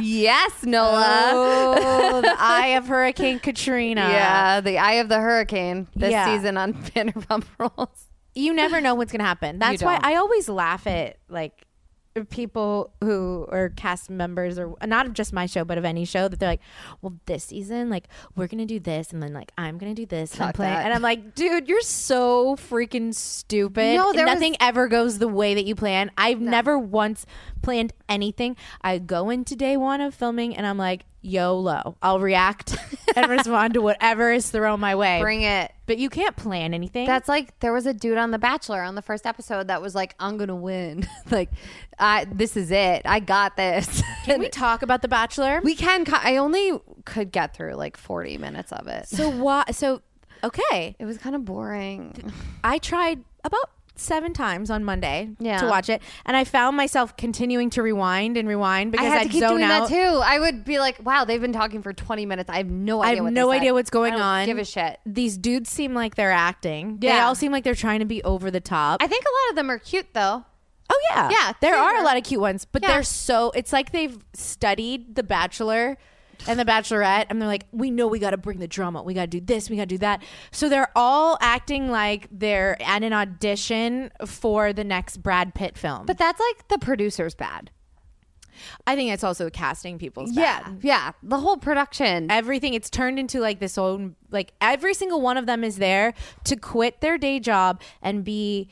Speaker 3: yes, Nola.
Speaker 2: Oh, the eye of Hurricane Katrina.
Speaker 3: Yeah, the eye of the hurricane this
Speaker 2: Yeah.
Speaker 3: season on Vanderpump Rules.
Speaker 2: You never know what's going to happen. That's why
Speaker 3: don't.
Speaker 2: I always laugh at like people who are cast members or not of just my show but of any show that they're like, "Well, this season like we're going to do this and then like I'm going to do this and I'm
Speaker 3: Fuck
Speaker 2: playing."
Speaker 3: that.
Speaker 2: And I'm like, "Dude, you're so freaking stupid.
Speaker 3: No, there was-
Speaker 2: Nothing ever goes the way that you plan. I've never once planned anything. I go into day 1 of filming and I'm like, "YOLO. I'll react and respond to whatever is thrown my way."
Speaker 3: Bring it.
Speaker 2: But you can't plan anything.
Speaker 3: That's like there was a dude on The Bachelor on the first episode that was like, "I'm gonna win. like, I this is it. I got this."
Speaker 2: Can we talk about The Bachelor?
Speaker 3: We can. co- I only could get through like 40 minutes of it.
Speaker 2: so why? So okay,
Speaker 3: It was kind of boring.
Speaker 2: I tried about seven times on Monday
Speaker 3: Yeah.
Speaker 2: to watch it, and I found myself continuing to rewind and rewind
Speaker 3: I
Speaker 2: because
Speaker 3: had
Speaker 2: I'd
Speaker 3: to keep
Speaker 2: zone
Speaker 3: doing
Speaker 2: out.
Speaker 3: that too. I would be like, "Wow, they've been talking for 20 minutes. I have no
Speaker 2: I
Speaker 3: idea.
Speaker 2: have
Speaker 3: what they
Speaker 2: no
Speaker 3: said.
Speaker 2: idea what's going
Speaker 3: I don't
Speaker 2: on.
Speaker 3: Give a shit."
Speaker 2: These dudes seem like they're acting. They
Speaker 3: Yeah.
Speaker 2: all seem like they're trying to be over the top.
Speaker 3: I think a lot of them are cute though.
Speaker 2: oh yeah,
Speaker 3: Yeah,
Speaker 2: There
Speaker 3: they
Speaker 2: are a
Speaker 3: were.
Speaker 2: lot of cute ones, but
Speaker 3: Yeah.
Speaker 2: they're so. It's like they've studied The Bachelor. And the Bachelorette, and they're like, we know we got to bring the drama. We got to do this. We got to do that. So they're all acting like they're at an audition for the next Brad Pitt film.
Speaker 3: But that's like the producer's bad.
Speaker 2: I think it's also casting people's
Speaker 3: Yeah,
Speaker 2: bad.
Speaker 3: yeah. The whole production.
Speaker 2: Everything it's turned into like this own like every single one of them is there to quit their day job and be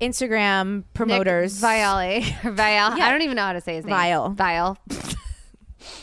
Speaker 2: Instagram promoters.
Speaker 3: Viale. Viale. I don't even know how to say his name.
Speaker 2: Vial.
Speaker 3: Vial.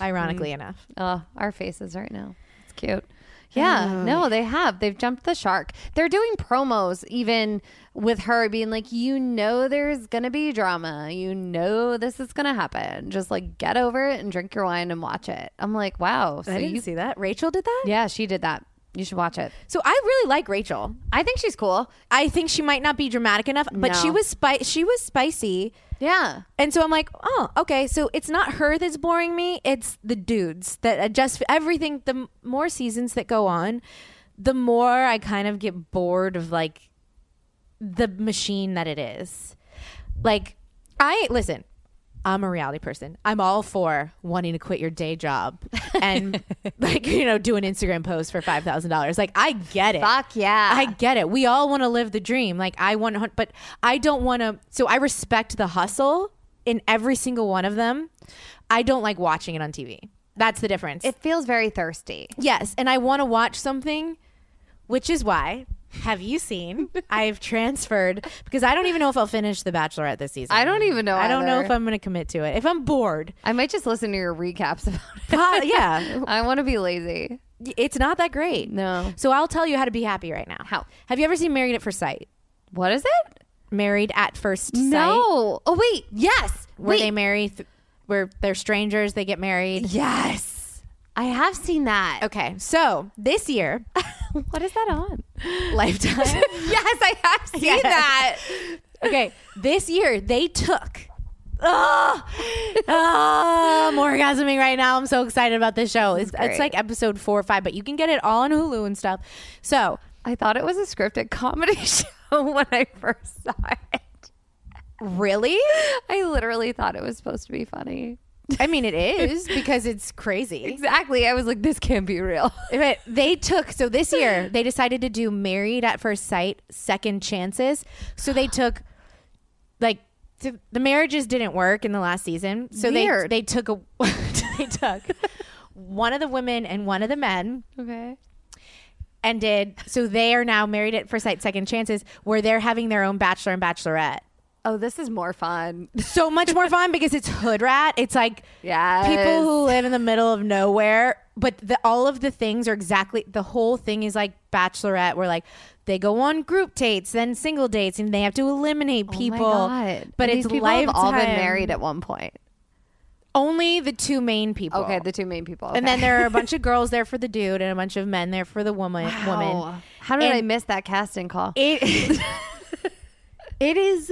Speaker 2: ironically enough.
Speaker 3: Oh, our faces right now. It's cute. Yeah, no, they have. They've jumped the shark. They're doing promos even with her being like, you know, there's going to be drama. You know, this is going to happen. Just like get over it and drink your wine and watch it. I'm like, wow. So
Speaker 2: I didn't
Speaker 3: you,
Speaker 2: see that. Rachel did that?
Speaker 3: yeah, she did that. You should watch it.
Speaker 2: So I really like Rachel.
Speaker 3: I think she's cool.
Speaker 2: I think she might not be dramatic enough, but she
Speaker 3: No.
Speaker 2: was spi- she was spicy.
Speaker 3: Yeah.
Speaker 2: And so I'm like, oh, okay. So it's not her that's boring me. It's the dudes that adjust everything. The m- more seasons that go on, the more I kind of get bored of like the machine that it is. Like, I listen. I'm a reality person. I'm all for wanting to quit your day job and like you know do an Instagram post for five thousand dollars. Like I get it.
Speaker 3: Fuck yeah.
Speaker 2: I get it. We all want to live the dream. Like I want, to, but I don't want to. So I respect the hustle in every single one of them. I don't like watching it on TV. That's the difference.
Speaker 3: It feels very thirsty.
Speaker 2: Yes, and I want to watch something, which is why have you seen I've transferred because I don't even know if I'll finish The Bachelorette this season.
Speaker 3: I don't even know
Speaker 2: I don't know
Speaker 3: either.
Speaker 2: if I'm going to commit to it. If I'm bored,
Speaker 3: I might just listen to your recaps about
Speaker 2: uh,
Speaker 3: it.
Speaker 2: yeah,
Speaker 3: I want to be lazy.
Speaker 2: it's not that great.
Speaker 3: No.
Speaker 2: So I'll tell you how to be happy right now.
Speaker 3: How?
Speaker 2: Have you ever seen Married at First Sight?
Speaker 3: What is it?
Speaker 2: Married at First Sight.
Speaker 3: No. Oh wait. Yes.
Speaker 2: Where
Speaker 3: wait.
Speaker 2: they marry, th- where they're strangers, they get married.
Speaker 3: yes. I have seen that.
Speaker 2: Okay, so this year,
Speaker 3: What is that on?
Speaker 2: Lifetime.
Speaker 3: yes, I have seen
Speaker 2: Yes.
Speaker 3: that.
Speaker 2: Okay, this year they took. Oh, oh, I'm orgasming right now. I'm so excited about this show. It's, it's like episode four or five, but you can get it all on Hulu and stuff. So
Speaker 3: I thought it was a scripted comedy show when I first saw it.
Speaker 2: really,
Speaker 3: I literally thought it was supposed to be funny.
Speaker 2: I mean, it is because it's crazy.
Speaker 3: Exactly. I was like, this can't be real.
Speaker 2: But they took so this year they decided to do Married at First Sight, Second Chances. So they took like th- the marriages didn't work in the last season. So
Speaker 3: Weird.
Speaker 2: they they took a they took one of the women and one of the men.
Speaker 3: Okay.
Speaker 2: and did so they are now married at first sight second chances where they're having their own bachelor and bachelorette
Speaker 3: Oh, this is more fun.
Speaker 2: so much more fun because it's hood rat it's like
Speaker 3: Yes.
Speaker 2: people who live in the middle of nowhere but the, all of the things are exactly the whole thing is like bachelorette where like they go on group dates then single dates and they have to eliminate people
Speaker 3: Oh my God.
Speaker 2: but
Speaker 3: And
Speaker 2: it's
Speaker 3: these people
Speaker 2: lifetime.
Speaker 3: have all been married at one point.
Speaker 2: only the two main people
Speaker 3: Okay, the two main people.
Speaker 2: and then there are a bunch of girls there for the dude and a bunch of men there for the woman woman
Speaker 3: How did I
Speaker 2: And-
Speaker 3: miss that casting call?
Speaker 2: It it is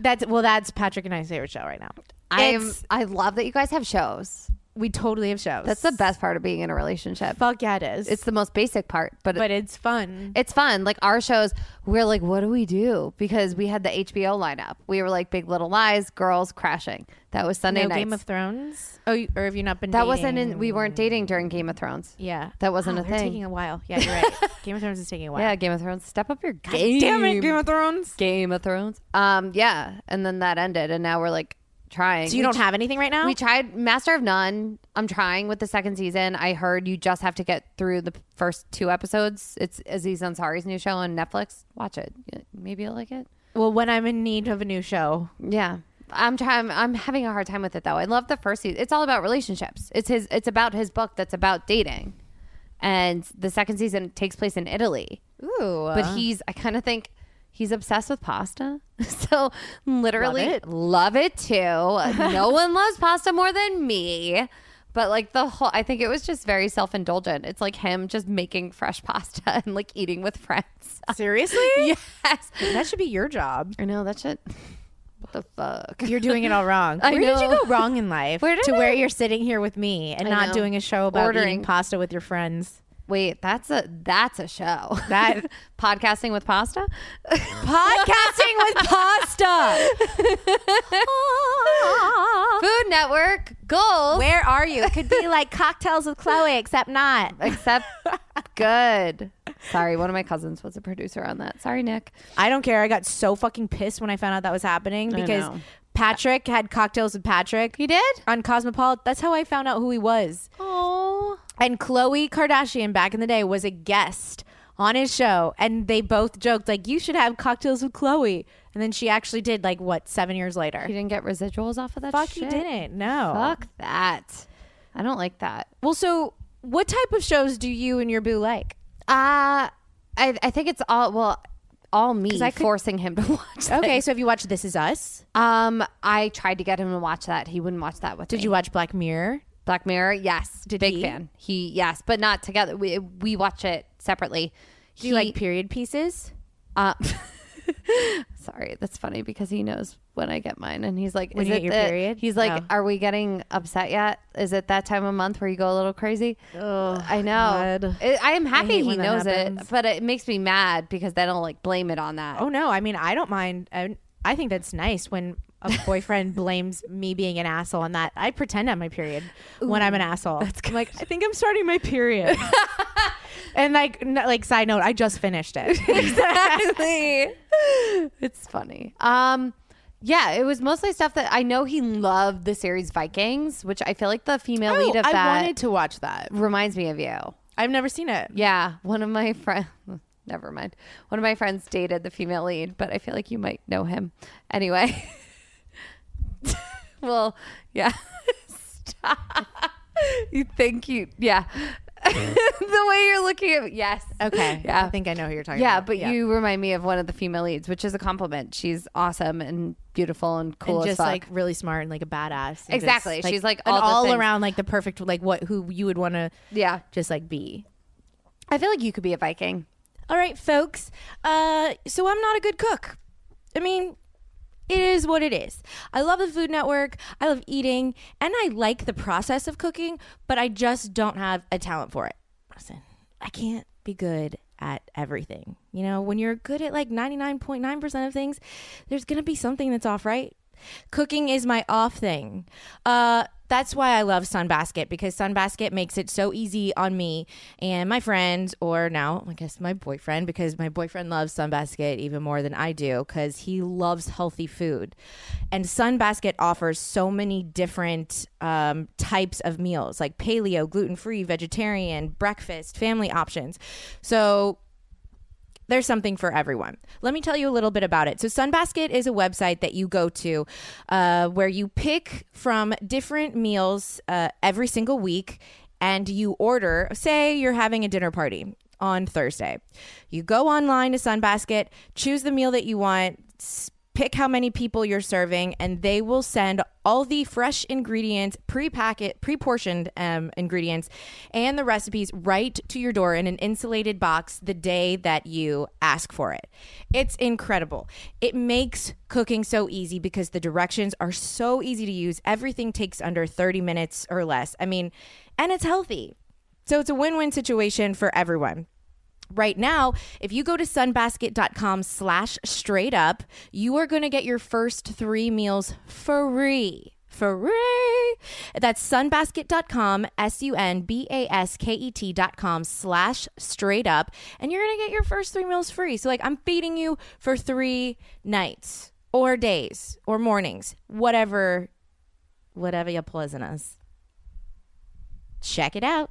Speaker 2: that's well that's Patrick and I's favorite show right now.
Speaker 3: I'm,
Speaker 2: It's-
Speaker 3: I love that you guys have shows.
Speaker 2: we totally have shows.
Speaker 3: That's the best part of being in a relationship.
Speaker 2: fuck yeah it is.
Speaker 3: It's the most basic part, but,
Speaker 2: but it's fun.
Speaker 3: it's fun. Like our shows, we're like, what do we do? Because we had the HBO lineup. We were like Big Little Lies, Girls, Crashing. That was Sunday
Speaker 2: no
Speaker 3: night.
Speaker 2: Game of Thrones. Oh, you- or have you not been?
Speaker 3: that wasn't in.
Speaker 2: dating?
Speaker 3: We weren't dating during Game of Thrones.
Speaker 2: Yeah,
Speaker 3: that wasn't
Speaker 2: Oh,
Speaker 3: a
Speaker 2: they're
Speaker 3: thing.
Speaker 2: Taking a while. Yeah, you're right. Game of Thrones is taking a while.
Speaker 3: Yeah, Game of Thrones. Step up your game.
Speaker 2: God damn it, Game of Thrones.
Speaker 3: Game of Thrones. Um, yeah, and then that ended, and now we're like trying.
Speaker 2: So you
Speaker 3: We
Speaker 2: don't
Speaker 3: tr-
Speaker 2: have anything right now?
Speaker 3: We tried Master of None. I'm trying with the second season. I heard you just have to get through the first two episodes. It's Aziz Ansari's new show on Netflix. Watch it. Maybe you'll like it.
Speaker 2: well, when I'm in need of a new show,
Speaker 3: Yeah. I'm trying. I'm having a hard time with it though. I love the first season. It's all about relationships. It's his. It's about his book that's about dating, and the second season takes place in Italy.
Speaker 2: ooh,
Speaker 3: But he's. I kind of think he's obsessed with pasta. so literally, love it, too. no one loves pasta more than me. But like the whole, I think it was just very self indulgent. It's like him just making fresh pasta and like eating with friends.
Speaker 2: seriously,
Speaker 3: yes.
Speaker 2: that should be your job.
Speaker 3: I know that shit. What the fuck?
Speaker 2: You're doing it all wrong.
Speaker 3: I
Speaker 2: where did
Speaker 3: know.
Speaker 2: you go wrong in life?
Speaker 3: Where did
Speaker 2: to where
Speaker 3: I-
Speaker 2: you're sitting here with me and
Speaker 3: I
Speaker 2: not
Speaker 3: know.
Speaker 2: doing a show about
Speaker 3: Ordering.
Speaker 2: eating pasta with your friends.
Speaker 3: Wait, that's a that's a show.
Speaker 2: That-
Speaker 3: podcasting with pasta?
Speaker 2: Podcasting with pasta.
Speaker 3: Food Network goals.
Speaker 2: Where are you? It could be like cocktails with Chloe, except not.
Speaker 3: Except good. Sorry, one of my cousins was a producer on that. Sorry, Nick.
Speaker 2: I don't care. I got so fucking pissed when I found out that was happening because
Speaker 3: know.
Speaker 2: Patrick had cocktails with Patrick.
Speaker 3: He did?
Speaker 2: on Cosmopolitan. That's how I found out who he was.
Speaker 3: Oh.
Speaker 2: And Khloe Kardashian back in the day was a guest on his show, and they both joked like, "You should have cocktails with Khloe." And then she actually did like what seven years later.
Speaker 3: You didn't get residuals off of that
Speaker 2: Fuck, you
Speaker 3: shit?
Speaker 2: didn't. No.
Speaker 3: Fuck that. I don't like that.
Speaker 2: Well, so what type of shows do you and your boo like?
Speaker 3: Uh I I think it's all well all me
Speaker 2: 'Cause I could-
Speaker 3: forcing him to watch. that.
Speaker 2: Okay, so have you watched This Is Us?
Speaker 3: Um, I tried to get him to watch that. He wouldn't watch that with me.
Speaker 2: Did you watch Black Mirror?
Speaker 3: Black Mirror, yes.
Speaker 2: Did
Speaker 3: Big
Speaker 2: he?
Speaker 3: fan. He yes, but not together. We we watch it separately.
Speaker 2: Do you like period pieces?
Speaker 3: Uh, Sorry, that's funny because he knows when I get mine, and he's like,
Speaker 2: When
Speaker 3: "Is
Speaker 2: you
Speaker 3: it
Speaker 2: get your
Speaker 3: the-
Speaker 2: period?
Speaker 3: He's like,
Speaker 2: Oh.
Speaker 3: "Are we getting upset yet? Is it that time of month where you go a little crazy?" I know.
Speaker 2: Oh, God.
Speaker 3: I I am happy
Speaker 2: hate
Speaker 3: he
Speaker 2: when that
Speaker 3: knows it,
Speaker 2: happens.
Speaker 3: but it makes me mad because they don't like blame it on that.
Speaker 2: Oh no, I mean I don't mind. I, I think that's nice when a boyfriend blames me being an asshole on that. I pretend I'm my period when I'm an asshole. That's good. like I think I'm starting my period. and like n- like side note, I just finished it.
Speaker 3: exactly. it's funny. Um, yeah, it was mostly stuff that I know he loved the series Vikings, which I feel like the female lead of
Speaker 2: Oh, I
Speaker 3: that
Speaker 2: wanted to watch that.
Speaker 3: reminds me of you.
Speaker 2: I've never seen it.
Speaker 3: Yeah, one of my friends. Never mind. One of my friends dated the female lead, but I feel like you might know him. Anyway. well, yeah. Stop. You think you, yeah. the way you're looking at, yes.
Speaker 2: Okay.
Speaker 3: Yeah.
Speaker 2: I think I know who you're talking
Speaker 3: Yeah,
Speaker 2: about.
Speaker 3: but you remind me of one of the female leads, which is a compliment. She's awesome and beautiful and cool
Speaker 2: and
Speaker 3: as
Speaker 2: just
Speaker 3: fuck.
Speaker 2: like really smart and like a badass. and just,
Speaker 3: Exactly. She's, like,
Speaker 2: an
Speaker 3: all the
Speaker 2: all
Speaker 3: things.
Speaker 2: around like the perfect like what who you would want to
Speaker 3: yeah,
Speaker 2: just like be.
Speaker 3: I feel like you could be a Viking.
Speaker 2: All right, folks. Uh, so I'm not a good cook. I mean, it is what it is. I love the Food Network. I love eating, and I like the process of cooking, but I just don't have a talent for it. Listen, I can't be good at everything. You know, when you're good at like 99.9% of things, there's gonna be something that's off, right? Cooking is my off thing. Uh, that's why I love Sunbasket because Sunbasket makes it so easy on me and my friends, or now I guess my boyfriend, because my boyfriend loves Sunbasket even more than I do because he loves healthy food. And Sunbasket offers so many different um, types of meals like paleo, gluten free, vegetarian, breakfast, family options. So there's something for everyone. Let me tell you a little bit about it. So, Sunbasket is a website that you go to uh, where you pick from different meals uh, every single week and you order, say, you're having a dinner party on Thursday. You go online to Sunbasket, choose the meal that you want, s- pick how many people you're serving, and they will send all the fresh ingredients, pre-packet, pre-portioned um, ingredients, and the recipes right to your door in an insulated box the day that you ask for it. It's incredible. It makes cooking so easy because the directions are so easy to use. Everything takes under 30 minutes or less. I mean, and it's healthy. So it's a win-win situation for everyone. Right now, if you go to sunbasket.com slash straight up, you are going to get your first three meals free. Free. That's sunbasket.com, S U N B A S K E T.com slash straight up. And you're going to get your first three meals free. So, like, I'm feeding you for three nights or days or mornings, whatever, whatever your pleasant is. Check it out.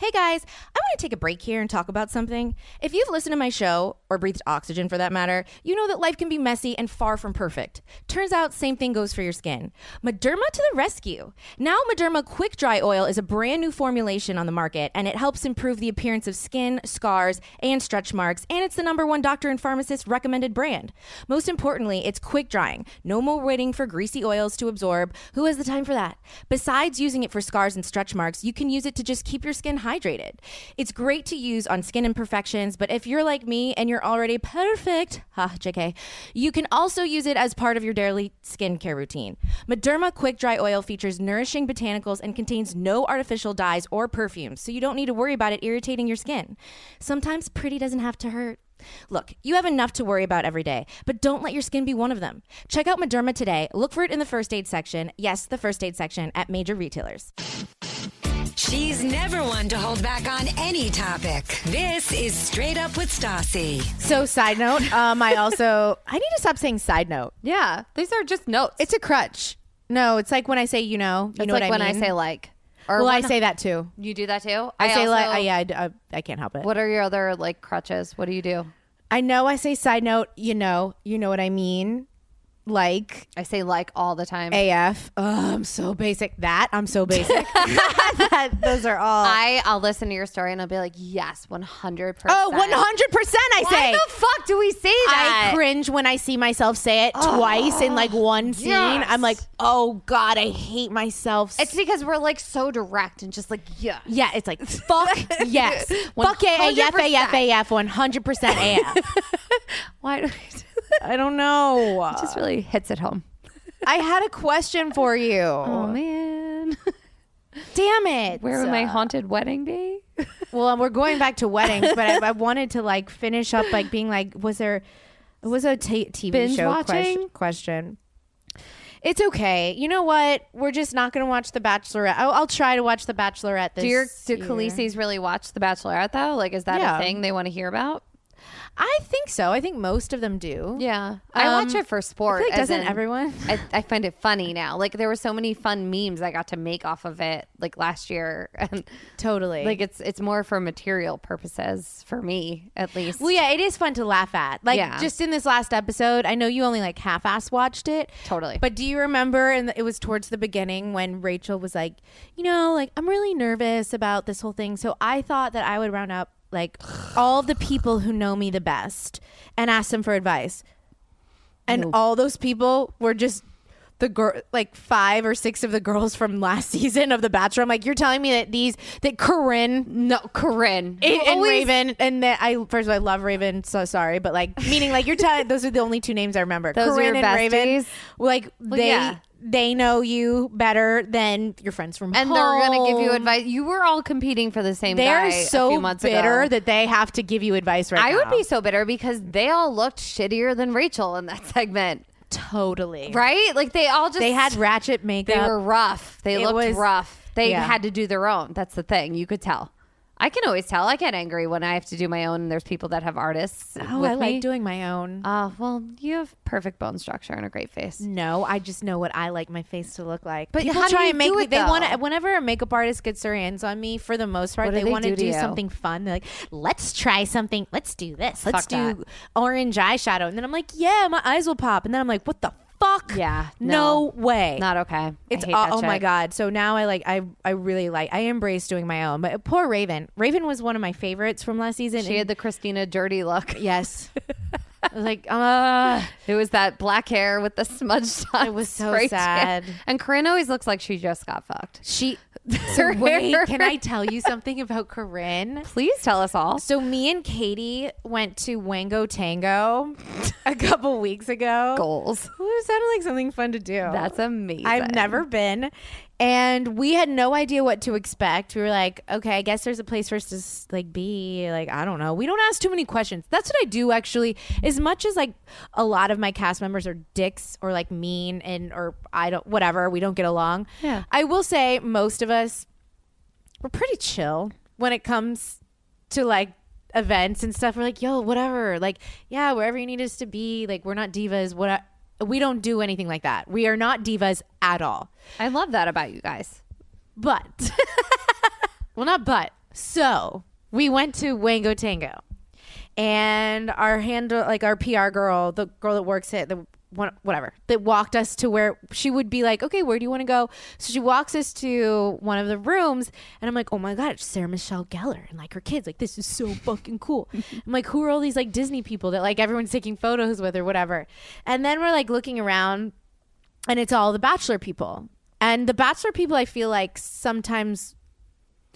Speaker 2: Hey guys, I want to take a break here and talk about something. If you've listened to my show, or breathed oxygen for that matter, you know that life can be messy and far from perfect. Turns out, same thing goes for your skin. Moderma to the rescue. Now, Moderma Quick Dry Oil is a brand new formulation on the market, and it helps improve the appearance of skin, scars, and stretch marks, and it's the number one doctor and pharmacist recommended brand. Most importantly, it's quick drying. No more waiting for greasy oils to absorb. Who has the time for that? Besides using it for scars and stretch marks, you can use it to just keep your skin hydrated. It's great to use on skin imperfections, but if you're like me and you're already perfect, ha, JK, you can also use it as part of your daily skincare routine. Mederma Quick Dry Oil features nourishing botanicals and contains no artificial dyes or perfumes, so you don't need to worry about it irritating your skin. Sometimes pretty doesn't have to hurt. Look, you have enough to worry about every day, but don't let your skin be one of them. Check out Mederma today. Look for it in the first aid section. Yes, the first aid section at major retailers.
Speaker 6: She's never one to hold back on any topic. This is Straight Up with Stassi.
Speaker 2: So, side note, um, I also I need to stop saying side note.
Speaker 3: Yeah, these are just notes.
Speaker 2: It's a crutch. No, it's like when I say you know, you
Speaker 3: It's
Speaker 2: know
Speaker 3: like
Speaker 2: what I
Speaker 3: when
Speaker 2: mean.
Speaker 3: I say like, or
Speaker 2: well, I
Speaker 3: when-
Speaker 2: say that too.
Speaker 3: you do that too.
Speaker 2: I, say like,
Speaker 3: also-
Speaker 2: I, yeah, I d- I, I can't help it.
Speaker 3: What are your other like crutches? What do you do?
Speaker 2: I know I say side note, you know, you know what I mean. like
Speaker 3: I say like all the time.
Speaker 2: AF. Oh, I'm so basic. That I'm so basic. that, those are all.
Speaker 3: I I'll listen to your story and I'll be like, yes, one hundred percent.
Speaker 2: oh, 100. percent I
Speaker 3: Why
Speaker 2: say.
Speaker 3: the fuck do we say that?
Speaker 2: I cringe when I see myself say it twice in like one scene.
Speaker 3: yes.
Speaker 2: I'm like, oh god, I hate myself.
Speaker 3: It's because we're like so direct and just like yeah.
Speaker 2: yeah, it's like fuck yes, fuck AF, AF, AF, 100 percent AF.
Speaker 3: Why do we do that?
Speaker 2: I don't know.
Speaker 3: It just really hits it home.
Speaker 2: I had a question for you.
Speaker 3: Oh man,
Speaker 2: Damn it!
Speaker 3: where would my haunted wedding be?
Speaker 2: Well, we're going back to weddings, but I, I wanted to like finish up like being like, was there? It was a t- TV
Speaker 3: Binge
Speaker 2: show question.
Speaker 3: watching?
Speaker 2: question. It's okay. You know what? We're just not going to watch The Bachelorette. I'll, I'll try to watch The Bachelorette this
Speaker 3: Do your do
Speaker 2: year.
Speaker 3: Khaleesi's really watch The Bachelorette though? Like, is that
Speaker 2: Yeah.
Speaker 3: a thing they want to hear about?
Speaker 2: I think so. I think most of them do.
Speaker 3: Yeah, Um, I watch it for sport.
Speaker 2: like
Speaker 3: as
Speaker 2: doesn't
Speaker 3: in-
Speaker 2: everyone?
Speaker 3: I, I find it funny now. Like there were so many fun memes I got to make off of it, like last year, and
Speaker 2: Totally.
Speaker 3: like it's it's more for material purposes for me at least.
Speaker 2: Well, yeah, it is fun to laugh at. Like
Speaker 3: Yeah.
Speaker 2: just in this last episode, I know you only like half-ass watched it.
Speaker 3: Totally.
Speaker 2: But do you remember? And it was towards the beginning when Rachel was like, you know, like I'm really nervous about this whole thing, so I thought that I would round up like all the people who know me the best and ask them for advice. And all those people were just the girl, like five or six of the girls from last season of The Bachelor. I'm like, you're telling me that these, that Corinne
Speaker 3: no, Corinne
Speaker 2: and, and
Speaker 3: Always-
Speaker 2: Raven, and that I first of all I love Raven, so sorry, but like meaning like you're telling those are the only two names I remember.
Speaker 3: Those are
Speaker 2: Corinne
Speaker 3: your
Speaker 2: and Raven,
Speaker 3: besties?
Speaker 2: like they
Speaker 3: yeah.
Speaker 2: they know you better than your friends from
Speaker 3: and
Speaker 2: home.
Speaker 3: they're gonna give you advice. You were all competing for the same.
Speaker 2: They
Speaker 3: guy
Speaker 2: are
Speaker 3: a
Speaker 2: so
Speaker 3: few months
Speaker 2: bitter
Speaker 3: ago.
Speaker 2: that they have to give you advice right
Speaker 3: I
Speaker 2: now.
Speaker 3: would be so bitter because they all looked shittier than Rachel in that segment,
Speaker 2: totally
Speaker 3: right? Like they all just
Speaker 2: They had ratchet makeup.
Speaker 3: they were rough. They
Speaker 2: It
Speaker 3: looked
Speaker 2: was-
Speaker 3: rough. They
Speaker 2: yeah.
Speaker 3: had to do their own. That's the thing. You could tell. I can always tell. I get angry when I have to do my own. And there's people that have artists.
Speaker 2: oh,
Speaker 3: with
Speaker 2: I
Speaker 3: me.
Speaker 2: like doing my own.
Speaker 3: Uh, well, you have perfect bone structure and a great face.
Speaker 2: No, I just know what I like my face to look like.
Speaker 3: But
Speaker 2: people
Speaker 3: how do
Speaker 2: try
Speaker 3: you
Speaker 2: and make
Speaker 3: do
Speaker 2: me.
Speaker 3: it,
Speaker 2: They
Speaker 3: though?
Speaker 2: want to. Whenever a makeup artist gets their hands on me, for the most part,
Speaker 3: What do
Speaker 2: they
Speaker 3: they
Speaker 2: want to
Speaker 3: do to
Speaker 2: do,
Speaker 3: you?
Speaker 2: something fun. They're like, "Let's try something. Let's do this. Let's
Speaker 3: Fuck that.
Speaker 2: do orange eyeshadow." And then I'm like, "Yeah, my eyes will pop." And then I'm like, "What the fuck?
Speaker 3: Yeah,
Speaker 2: no, way.
Speaker 3: Not okay.
Speaker 2: It's
Speaker 3: I hate
Speaker 2: aw-
Speaker 3: that
Speaker 2: oh my
Speaker 3: shit.
Speaker 2: god. So now I like I I really like I embrace doing my own. But poor Raven. Raven was one of my favorites from last season.
Speaker 3: She had the Christina dirty look.
Speaker 2: yes. I was like, uh
Speaker 3: It was that black hair with the smudge. It
Speaker 2: was so sad.
Speaker 3: And Corinne always looks like she just got fucked.
Speaker 2: she.
Speaker 3: Her
Speaker 2: Wait,
Speaker 3: hair.
Speaker 2: can I tell you something about Corinne?
Speaker 3: Please tell us all.
Speaker 2: So me and Katie went to Wango Tango a couple weeks ago.
Speaker 3: Goals.
Speaker 2: Ooh, sounded like something fun to do.
Speaker 3: That's amazing.
Speaker 2: I've never been, and we had no idea what to expect. We were like, okay, I guess there's a place for us to s- like be. Like I don't know. We don't ask too many questions. That's what I do actually. As much as like a lot of my cast members are dicks or like mean and or I don't whatever. We don't get along.
Speaker 3: Yeah.
Speaker 2: I will say most of us we're pretty chill when it comes to like events and stuff. We're like, yo, whatever. Like, yeah, wherever you need us to be. Like, we're not divas. What we don't do anything like that. We are not divas at all.
Speaker 3: I love that about you guys.
Speaker 2: But, well, not but. So we went to Wango Tango, and our handle, like our PR girl, the girl that works it, the one, whatever, that walked us to where she would be like, okay, where do you want to go? So she walks us to one of the rooms, and I'm like, oh my god, it's Sarah Michelle Gellar and like her kids. Like this is so fucking cool. I'm like, who are all these like Disney people that like everyone's taking photos with or whatever? And then we're like looking around and it's all the bachelor people and the bachelor people i feel like sometimes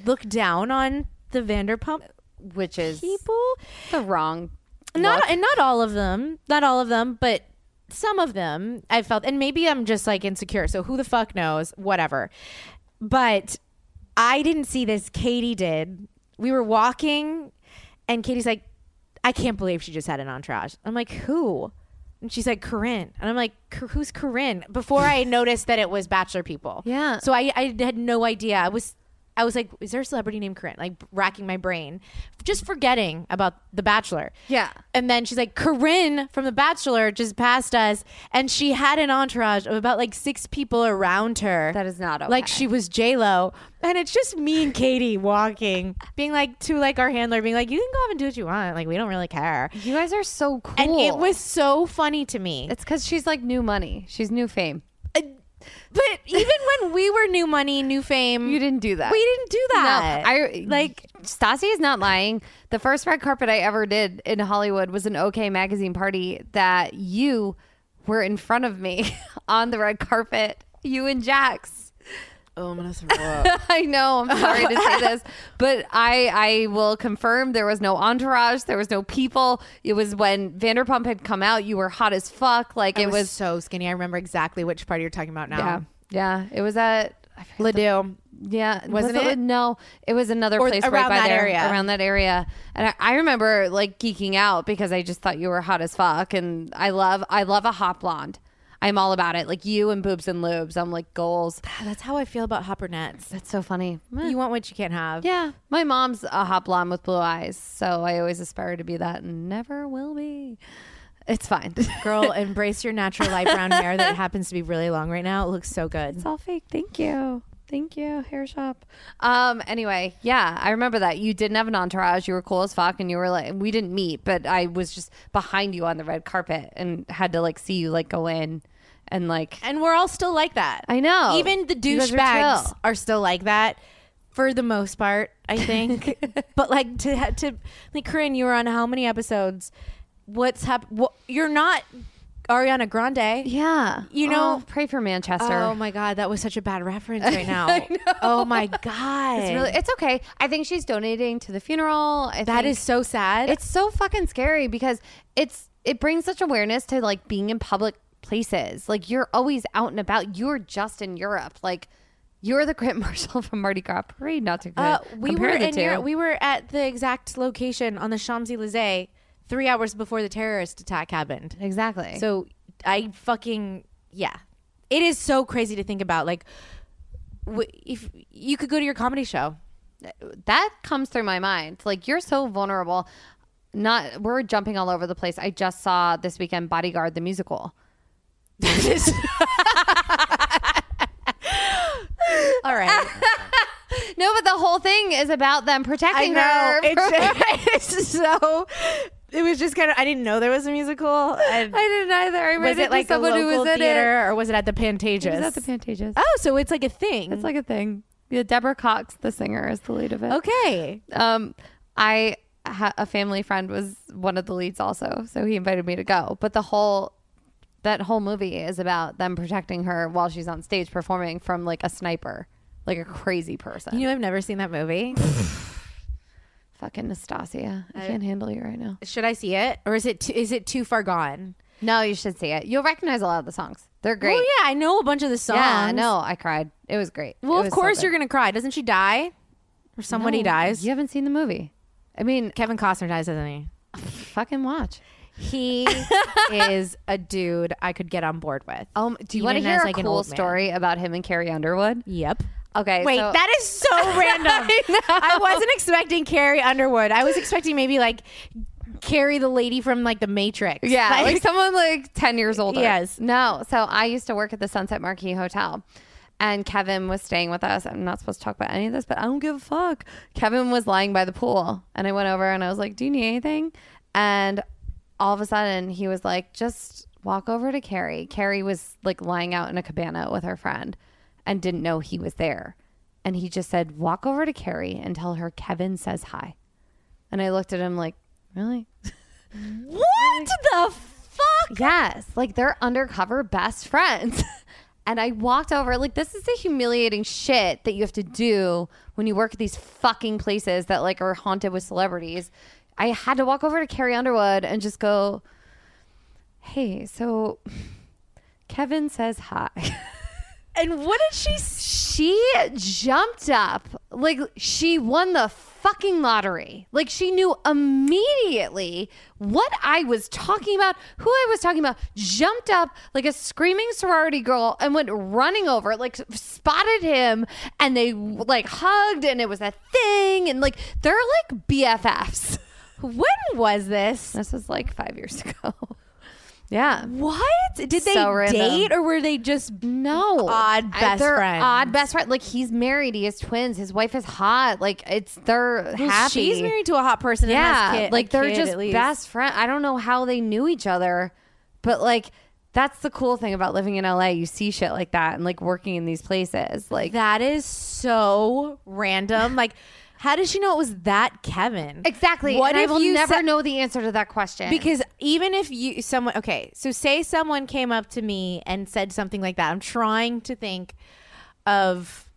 Speaker 2: look down on the vanderpump
Speaker 3: Which is
Speaker 2: people
Speaker 3: the wrong.
Speaker 2: not and not all of them not all of them but some of them i felt and maybe i'm just like insecure so who the fuck knows whatever but i didn't see this katie did we were walking and katie's like i can't believe she just had an entourage i'm like who and she's like corinne and i'm like "Cor- who's corinne before i noticed that it was bachelor people
Speaker 3: Yeah.
Speaker 2: so i, I had no idea i was I was like, is there a celebrity named Corinne? Like racking my brain, just forgetting about The Bachelor.
Speaker 3: Yeah.
Speaker 2: And then she's like, Corinne from The Bachelor just passed us, and she had an entourage of about like six people around her.
Speaker 3: That is not
Speaker 2: Like
Speaker 3: okay.
Speaker 2: she was J Lo, and it's just me and Katie walking, being like to like our handler, being like, you can go off and do what you want. Like we don't really care.
Speaker 3: You guys are so cool.
Speaker 2: And it was so funny to me.
Speaker 3: It's because she's like new money. She's new fame.
Speaker 2: But even when we were new money, new fame,
Speaker 3: You didn't do that.
Speaker 2: We didn't do that.
Speaker 3: No, I like Stassi is not lying. The first red carpet I ever did in Hollywood was an OK magazine party that you were in front of me on the red carpet. You and Jax. Oh, I'm gonna throw up. I know. I'm sorry to say this, but I I will confirm there was no entourage. There was no people. It was when Vanderpump had come out. You were hot as fuck. Like
Speaker 2: I
Speaker 3: it was.
Speaker 2: so skinny. I remember exactly which party you're talking about now.
Speaker 3: yeah, yeah. It was at. I forget
Speaker 2: Ledoux.
Speaker 3: Yeah,
Speaker 2: Wasn't
Speaker 3: was
Speaker 2: it?
Speaker 3: No, it was another
Speaker 2: Or
Speaker 3: place
Speaker 2: around
Speaker 3: right by
Speaker 2: that
Speaker 3: there,
Speaker 2: area.
Speaker 3: around that area. And I, I remember like geeking out because I just thought you were hot as fuck, and I love I love a hot blonde. I'm all about it, like you and boobs and lubes. I'm like goals.
Speaker 2: That's how I feel about hopper nets.
Speaker 3: That's so funny. Eh.
Speaker 2: You want what you can't have.
Speaker 3: yeah, my mom's a hot blonde with blue eyes, so I always aspire to be that, and never will be. It's fine.
Speaker 2: Girl, embrace your natural light brown hair that happens to be really long right now. It looks so good.
Speaker 3: It's all fake. Thank you. Thank you, hair shop. Um, anyway, yeah, I remember that. You didn't have an entourage. You were cool as fuck and you were like we didn't meet, but I was just behind you on the red carpet and had to like see you like go in and like
Speaker 2: And we're all still like that.
Speaker 3: I know.
Speaker 2: Even the
Speaker 3: You guys are
Speaker 2: douchebags
Speaker 3: chill.
Speaker 2: are, still like that for the most part, I think. but like to ha- to like Corinne, you were on how many episodes? What's happened? What, you're not Ariana Grande.
Speaker 3: Yeah.
Speaker 2: You know-
Speaker 3: Oh, pray for Manchester.
Speaker 2: Oh my god, that was such a bad reference right now. oh my god,
Speaker 3: it's really it's okay. I think she's donating to the funeral. I
Speaker 2: that
Speaker 3: think-
Speaker 2: is so sad.
Speaker 3: It's so fucking scary because it's it brings such awareness to like being in public places. Like you're always out and about. You're just in Europe. Like you're the grand marshal from Mardi Gras parade. Not to
Speaker 2: uh,
Speaker 3: co-
Speaker 2: we
Speaker 3: compare
Speaker 2: were
Speaker 3: the
Speaker 2: in
Speaker 3: two.
Speaker 2: Europe. We were at the exact location on the Champs Elysees three hours before the terrorist attack happened.
Speaker 3: exactly. So
Speaker 2: So I fucking yeah, it is so crazy to think about. Like, w- if you could go to your comedy show,
Speaker 3: that comes through my mind. Like you're so vulnerable. Not we're jumping all over the place. I just saw this weekend Bodyguard the musical.
Speaker 2: all right.
Speaker 3: No, but the whole thing is about them
Speaker 2: I
Speaker 3: protecting
Speaker 2: know.
Speaker 3: her. from-
Speaker 2: It's, it's so. It was just kind of. I didn't know there was a musical. And
Speaker 3: I didn't either. I read
Speaker 2: was
Speaker 3: it,
Speaker 2: it like a
Speaker 3: to someone
Speaker 2: local
Speaker 3: who was in it.
Speaker 2: theater, or was it at the Pantages?
Speaker 3: Is that the Pantages?
Speaker 2: oh, so it's like a thing.
Speaker 3: It's like a thing. Yeah, Deborah Cox, the singer, is the lead of it.
Speaker 2: okay.
Speaker 3: Um, I ha- a family friend was one of the leads also, so he invited me to go. But the whole that whole movie is about them protecting her while she's on stage performing from like a sniper, like a crazy person.
Speaker 2: You know, I've never seen that movie.
Speaker 3: Fucking Nastasia, I, can't handle you right now.
Speaker 2: Should I see it, or is it too, is it too far gone?
Speaker 3: No, you should see it. You'll recognize a lot of the songs. They're great.
Speaker 2: Oh yeah, I know a bunch of the songs.
Speaker 3: yeah, no, I cried. It was great.
Speaker 2: Well, of course you're gonna cry. Doesn't she die, or somebody dies?
Speaker 3: You haven't seen the movie. I mean,
Speaker 2: Kevin Costner dies, doesn't he?
Speaker 3: fucking watch.
Speaker 2: He is a dude I could get on board with.
Speaker 3: Um, do you want to
Speaker 2: Even
Speaker 3: hear
Speaker 2: as,
Speaker 3: a
Speaker 2: like, an
Speaker 3: cool
Speaker 2: old man.
Speaker 3: story about him and Carrie Underwood?
Speaker 2: Yep.
Speaker 3: Okay.
Speaker 2: Wait,
Speaker 3: so-
Speaker 2: that is so random. I, wasn't expecting Carrie Underwood. I was expecting maybe like Carrie, the lady from like The Matrix.
Speaker 3: Yeah, like,
Speaker 2: Like,
Speaker 3: someone like 10 years older.
Speaker 2: Yes.
Speaker 3: No. So I used to work at the Sunset Marquee Hotel and Kevin was staying with us. I'm not supposed to talk about any of this, but I don't give a fuck. Kevin was lying by the pool and I went over and I was like, Do you need anything? And all of a sudden he was like, Just walk over to Carrie. Carrie was like lying out in a cabana with her friend and didn't know he was there. And he just said, Walk over to Carrie and tell her Kevin says hi. And I looked at him like, Really?
Speaker 2: what the fuck?
Speaker 3: Yes, like they're undercover best friends. and I walked over, like, this is the humiliating shit that you have to do when you work at these fucking places that like are haunted with celebrities. I had to walk over to Carrie Underwood and just go, hey, so Kevin says hi.
Speaker 2: And what did she? s-
Speaker 3: she jumped up like she won the fucking lottery. Like she knew immediately what I was talking about, who I was talking about, jumped up like a screaming sorority girl and went running over, like spotted him and they like hugged and it was a thing and like they're like BFFs.
Speaker 4: When was this?
Speaker 3: This was like 5 years ago. Yeah.
Speaker 4: What? Did they
Speaker 3: So random.
Speaker 4: date or were they just
Speaker 3: No.
Speaker 4: Odd
Speaker 3: Oh, I-
Speaker 4: best
Speaker 3: they're
Speaker 4: friends.
Speaker 3: Odd best friend. Like he's married. He has twins. His wife is hot. Like it's they're happy.
Speaker 4: Mm, She's married to a hot person. and
Speaker 3: Yeah.
Speaker 4: has kid-
Speaker 3: like
Speaker 4: a
Speaker 3: they're
Speaker 4: kid,
Speaker 3: just
Speaker 4: at least.
Speaker 3: best friend. I don't know how they knew each other, but like that's the cool thing about living in LA. You see shit like that and like working in these places. Like
Speaker 4: That is so random. Like, how does she know it was that Kevin?
Speaker 3: exactly.
Speaker 4: What
Speaker 3: and I
Speaker 4: if
Speaker 3: will
Speaker 4: you
Speaker 3: never
Speaker 4: sa-
Speaker 3: know the answer to that question
Speaker 4: Because even if you someone okay, so say someone came up to me and said something like that. I'm trying to think of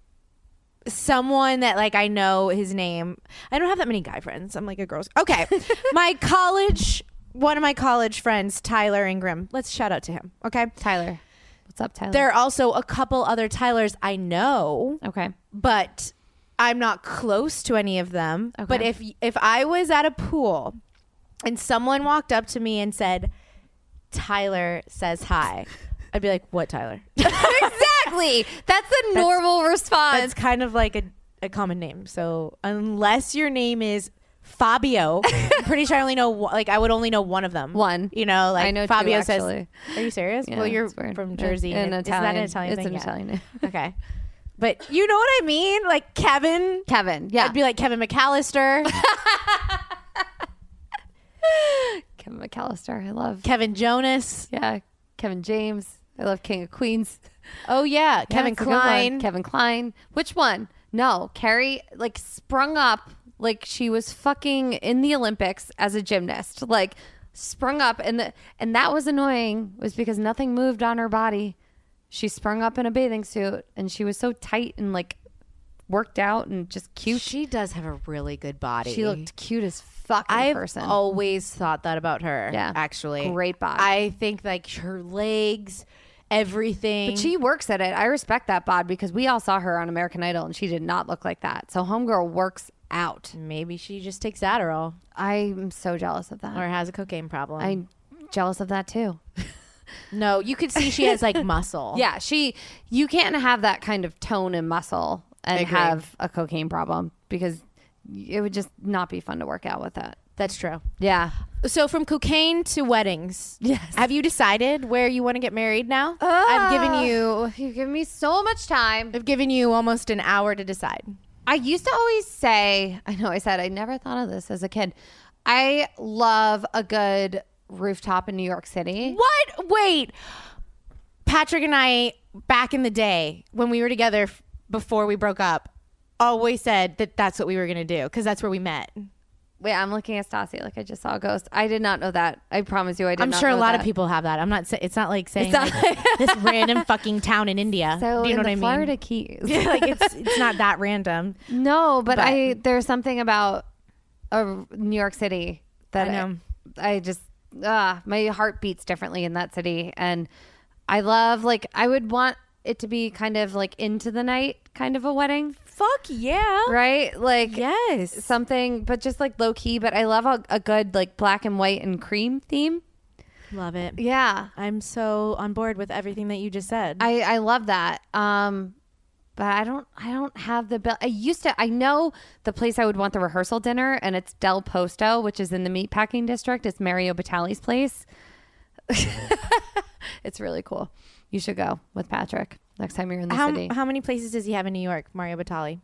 Speaker 4: someone that like I know his name. I don't have that many guy friends. I'm like a girl's okay. my college one of my college friends, Tyler Ingram. Let's shout out to him. Okay.
Speaker 3: Tyler. What's up, Tyler?
Speaker 4: There are also a couple other Tylers I know
Speaker 3: okay.
Speaker 4: but I'm not close to any of them. But if if I was at a pool and someone walked up to me and said, "Tyler says hi," I'd be like, "What Tyler?"
Speaker 3: exactly. That's a normal response.
Speaker 4: That's kind of like a, a common name. So unless your name is Fabio, I'm pretty sure I only know one- like I would only know one of them.
Speaker 3: One.
Speaker 4: you know, like
Speaker 3: I know two,
Speaker 4: Fabio says.
Speaker 3: actually.
Speaker 4: Are you serious?
Speaker 3: Yeah,
Speaker 4: well, you're
Speaker 3: it's weird.
Speaker 4: from Jersey.
Speaker 3: An
Speaker 4: and-
Speaker 3: Italian-
Speaker 4: Is that an Italian
Speaker 3: it's
Speaker 4: thing?
Speaker 3: an
Speaker 4: Yeah.
Speaker 3: Italian name.
Speaker 4: okay, but you know what I mean, like Kevin.
Speaker 3: Kevin. Yeah.
Speaker 4: I'd be like Kevin McAllister.
Speaker 3: Kevin McAllister. I love.
Speaker 4: Kevin Jonas.
Speaker 3: Yeah, Kevin James. I love King of Queens.
Speaker 4: Oh yeah,
Speaker 3: Yeah,
Speaker 4: Kevin
Speaker 3: it's a good one.
Speaker 4: Klein.
Speaker 3: Kevin Klein. Which one? No, Carrie like sprung up like she was fucking in the Olympics as a gymnast. Like sprung up and the, and that was annoying was because nothing moved on her body. She sprung up in a bathing suit and she was so tight and like worked out and just cute. She,
Speaker 2: She does have a really good body.
Speaker 3: looked cute as fuck in
Speaker 2: I've
Speaker 3: person.
Speaker 2: always thought that about her.
Speaker 3: Yeah.
Speaker 2: actually,
Speaker 3: Great body.
Speaker 2: I think like her legs, everything.
Speaker 3: But she works at it. I respect that, Bod, because we all saw her on American Idol and she did not look like that. So Homegirl works out.
Speaker 2: maybe she just takes Adderall
Speaker 3: I'm so jealous of that.
Speaker 2: or has a cocaine problem.
Speaker 3: I'm jealous of that too.
Speaker 2: no, you could see she has like muscle.
Speaker 3: Yeah, she you can't have that kind of tone and muscle and have a cocaine problem because it would just not be fun to work out with that.
Speaker 2: that's true.
Speaker 3: Yeah.
Speaker 2: So from cocaine to weddings.
Speaker 3: Yes.
Speaker 2: Have you decided where you want to get married now? I've given you
Speaker 3: You've given me so much time.
Speaker 2: I've given you almost an hour to decide.
Speaker 3: I used to always say, I know I said I never thought of this as a kid. I love a good rooftop in New York City.
Speaker 2: What? Wait. Patrick and I, back in the day when we were together f- before we broke up, always said that that's what we were going to do because that's where we met.
Speaker 3: Wait, I'm looking at Stassi like I just saw a ghost. I did not know that. I promise you I did
Speaker 2: I'm
Speaker 3: not
Speaker 2: sure a
Speaker 3: know
Speaker 2: lot
Speaker 3: that.
Speaker 2: of people have that. I'm not. sa- It's not like saying like, this random fucking town in India.
Speaker 3: So
Speaker 2: do you
Speaker 3: in
Speaker 2: know
Speaker 3: the
Speaker 2: what I
Speaker 3: Florida
Speaker 2: mean?
Speaker 3: Keys.
Speaker 2: like it's it's not that random.
Speaker 3: No, but, I there's something about a New York City that
Speaker 2: I
Speaker 3: I,
Speaker 2: know.
Speaker 3: I just ah, my heart beats differently in that city, and I love like I would want it to be kind of like into the night kind of a wedding,
Speaker 2: Fuck yeah.
Speaker 3: right? Like
Speaker 2: Yes.
Speaker 3: something, but just like low key. But I love a, a good like black and white and cream theme.
Speaker 2: Love it.
Speaker 3: Yeah,
Speaker 2: I'm so on board with everything that you just said.
Speaker 3: I, I love that. Um, but I don't I don't have the bill. I used to I know the place I would want the rehearsal dinner, and it's Del Posto, which is in the meatpacking district. It's Mario Batali's place. it's really cool. You should go with Patrick next time you're in the
Speaker 2: how,
Speaker 3: city.
Speaker 2: how many places does he have in New York, Mario Batali?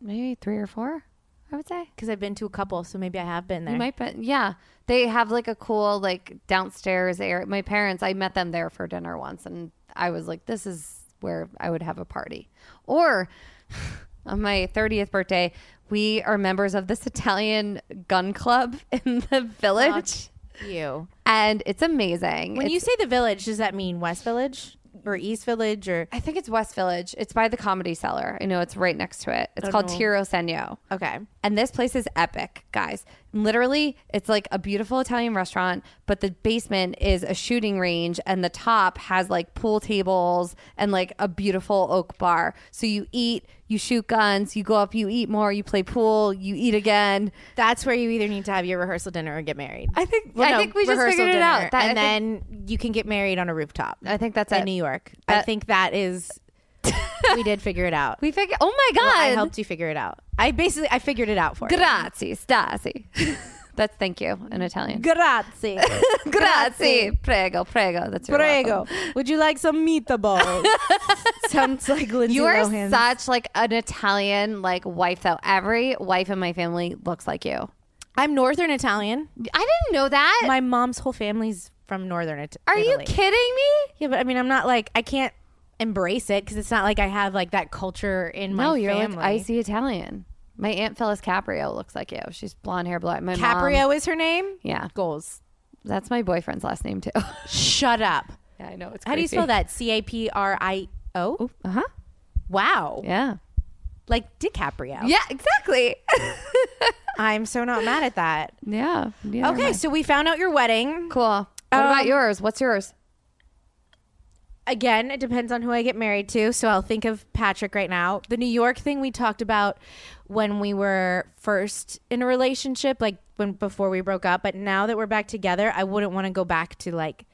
Speaker 3: Maybe three or four, I would say.
Speaker 2: Because I've been to a couple, so maybe I have been there.
Speaker 3: You might, but yeah, they have like a cool like downstairs area. My parents, I met them there for dinner once, and I was like, this is where I would have a party. Or on my thirtieth birthday, we are members of this Italian gun club in the village,
Speaker 2: you.
Speaker 3: and it's amazing.
Speaker 2: When
Speaker 3: It's-
Speaker 2: you say the village, does that mean West Village or East Village or
Speaker 3: I think it's West Village. It's by the Comedy
Speaker 2: Oh,
Speaker 3: Cellar. I know it's right next to it. It's called Tiro Senyo.
Speaker 2: okay?
Speaker 3: And this place is epic, guys. Literally, it's like a beautiful Italian restaurant, but the basement is a shooting range, and the top has like pool tables and like a beautiful oak bar. So you eat, you shoot guns, you go up, you eat more, you play pool, you eat again.
Speaker 2: That's where you either need to have your rehearsal dinner or get married.
Speaker 3: I think
Speaker 2: Well,
Speaker 3: I
Speaker 2: no,
Speaker 3: think we just
Speaker 2: rehearsal
Speaker 3: figured it
Speaker 2: dinner,
Speaker 3: out. That-
Speaker 2: and
Speaker 3: I think-
Speaker 2: then you can get married on a rooftop.
Speaker 3: I think that's
Speaker 2: in
Speaker 3: it.
Speaker 2: New York. I
Speaker 3: That-
Speaker 2: think that is. we did figure it out.
Speaker 3: we figured. Oh my god!
Speaker 2: Well, I helped you figure it out. I basically I figured it out for you.
Speaker 3: Grazie, Stasi. That's thank you in Italian.
Speaker 2: Grazie.
Speaker 3: Grazie. Prego, prego. That's your
Speaker 2: Prego.
Speaker 3: welcome.
Speaker 2: Would you like some meatballs? Sounds like Lindsay
Speaker 3: You are
Speaker 2: Lohan.
Speaker 3: such like an Italian like wife though. Every wife in my family looks like you.
Speaker 2: I'm Northern Italian.
Speaker 3: I didn't know that.
Speaker 2: My mom's whole family's from Northern It-
Speaker 3: Are
Speaker 2: Italy.
Speaker 3: you kidding me?
Speaker 2: Yeah, but I mean, I'm not like I can't embrace it because it's not like I have like that culture in my
Speaker 3: no, you're
Speaker 2: family.
Speaker 3: like icy Italian. My aunt Phyllis Caprio looks like you. She's blonde hair, black. My mom-
Speaker 2: Caprio is her name.
Speaker 3: yeah,
Speaker 2: Goals.
Speaker 3: that's my boyfriend's last name too.
Speaker 2: Shut up.
Speaker 3: yeah, I know. It's
Speaker 2: How do you
Speaker 3: creepy.
Speaker 2: spell that? C A P R I O.
Speaker 3: Uh huh.
Speaker 2: Wow.
Speaker 3: Yeah.
Speaker 2: Like DiCaprio.
Speaker 3: Yeah. Exactly.
Speaker 2: I'm so not mad at that.
Speaker 3: yeah. neither am I.
Speaker 2: Okay, Um, so we found out your wedding.
Speaker 3: Cool. What about yours? What's yours?
Speaker 2: Again, it depends on who I get married to. So I'll think of Patrick right now. The New York thing we talked about when we were first in a relationship, like when before we broke up. But now that we're back together, I wouldn't want to go back to like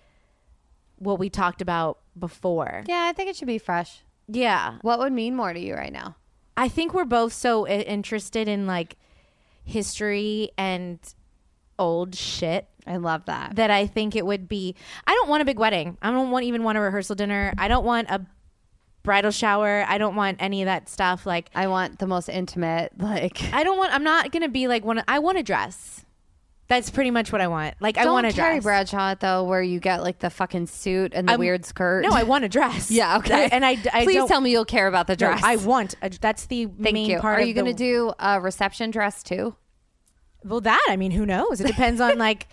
Speaker 2: what we talked about before.
Speaker 3: Yeah, I think it should be fresh.
Speaker 2: Yeah.
Speaker 3: What would mean more to you right now?
Speaker 2: I think we're both so i- interested in like history and old shit
Speaker 3: I love that.
Speaker 2: that I think it would be. I don't want a big wedding. I don't want even want a rehearsal dinner. I don't want a bridal shower. I don't want any of that stuff. Like
Speaker 3: I want the most intimate, like.
Speaker 2: I don't want. I'm not gonna be like one. I want a dress. That's pretty much what I want. Like I
Speaker 3: Don't
Speaker 2: want a
Speaker 3: Carrie
Speaker 2: dress.
Speaker 3: Bradshaw it, though, where you get like the fucking suit and the
Speaker 2: I'm-
Speaker 3: weird skirt.
Speaker 2: No, I want a dress.
Speaker 3: yeah, okay.
Speaker 2: That- and I, I
Speaker 3: please
Speaker 2: don't-
Speaker 3: tell me you'll care about the
Speaker 2: No,
Speaker 3: dress.
Speaker 2: I want. A, that's the
Speaker 3: Thank
Speaker 2: main
Speaker 3: you.
Speaker 2: part.
Speaker 3: Are
Speaker 2: of
Speaker 3: you going to
Speaker 2: the-
Speaker 3: do a reception dress too?
Speaker 2: Well, that I mean, who knows? It depends on like.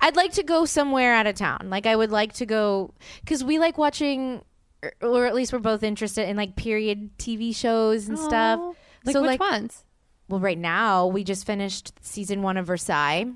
Speaker 2: I'd like to go somewhere out of town. Like I would like to go because we like watching, or- or at least we're both interested in like period TV shows and stuff.
Speaker 3: Like
Speaker 2: so
Speaker 3: which
Speaker 2: like,
Speaker 3: ones?
Speaker 2: well, right now we just finished season one of Versailles.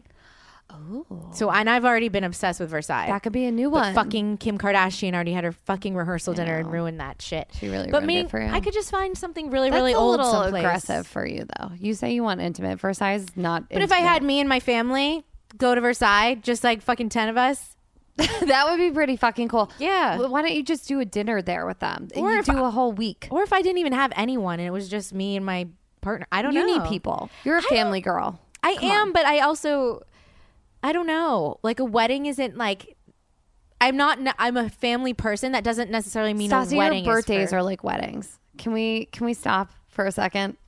Speaker 2: Oh, so and I've already been obsessed with Versailles.
Speaker 3: That could be a new
Speaker 2: But
Speaker 3: one.
Speaker 2: fucking Kim Kardashian already had her fucking rehearsal dinner and ruined that shit. She
Speaker 3: really
Speaker 2: but
Speaker 3: ruined
Speaker 2: me,
Speaker 3: it for you.
Speaker 2: I could just find something really,
Speaker 3: That's
Speaker 2: really
Speaker 3: a
Speaker 2: old,
Speaker 3: little
Speaker 2: someplace.
Speaker 3: aggressive for you though. You say you want intimate. Versailles is not.
Speaker 2: But if I had me and my family go to Versailles, just like fucking ten of us,
Speaker 3: that would be pretty fucking cool.
Speaker 2: Yeah.
Speaker 3: Why don't you just do a dinner there with them?
Speaker 2: Or
Speaker 3: Or you
Speaker 2: if
Speaker 3: do
Speaker 2: I-
Speaker 3: a whole week.
Speaker 2: or if I didn't even have anyone and it was just me and my partner. I don't
Speaker 3: You
Speaker 2: know.
Speaker 3: need people. You're a family girl.
Speaker 2: I am, but I also I don't know. Like a wedding isn't like I'm not ne- I'm a family person that doesn't necessarily mean
Speaker 3: Stassi,
Speaker 2: a wedding
Speaker 3: your birthdays
Speaker 2: is for,
Speaker 3: are like weddings. Can we can we stop for a second?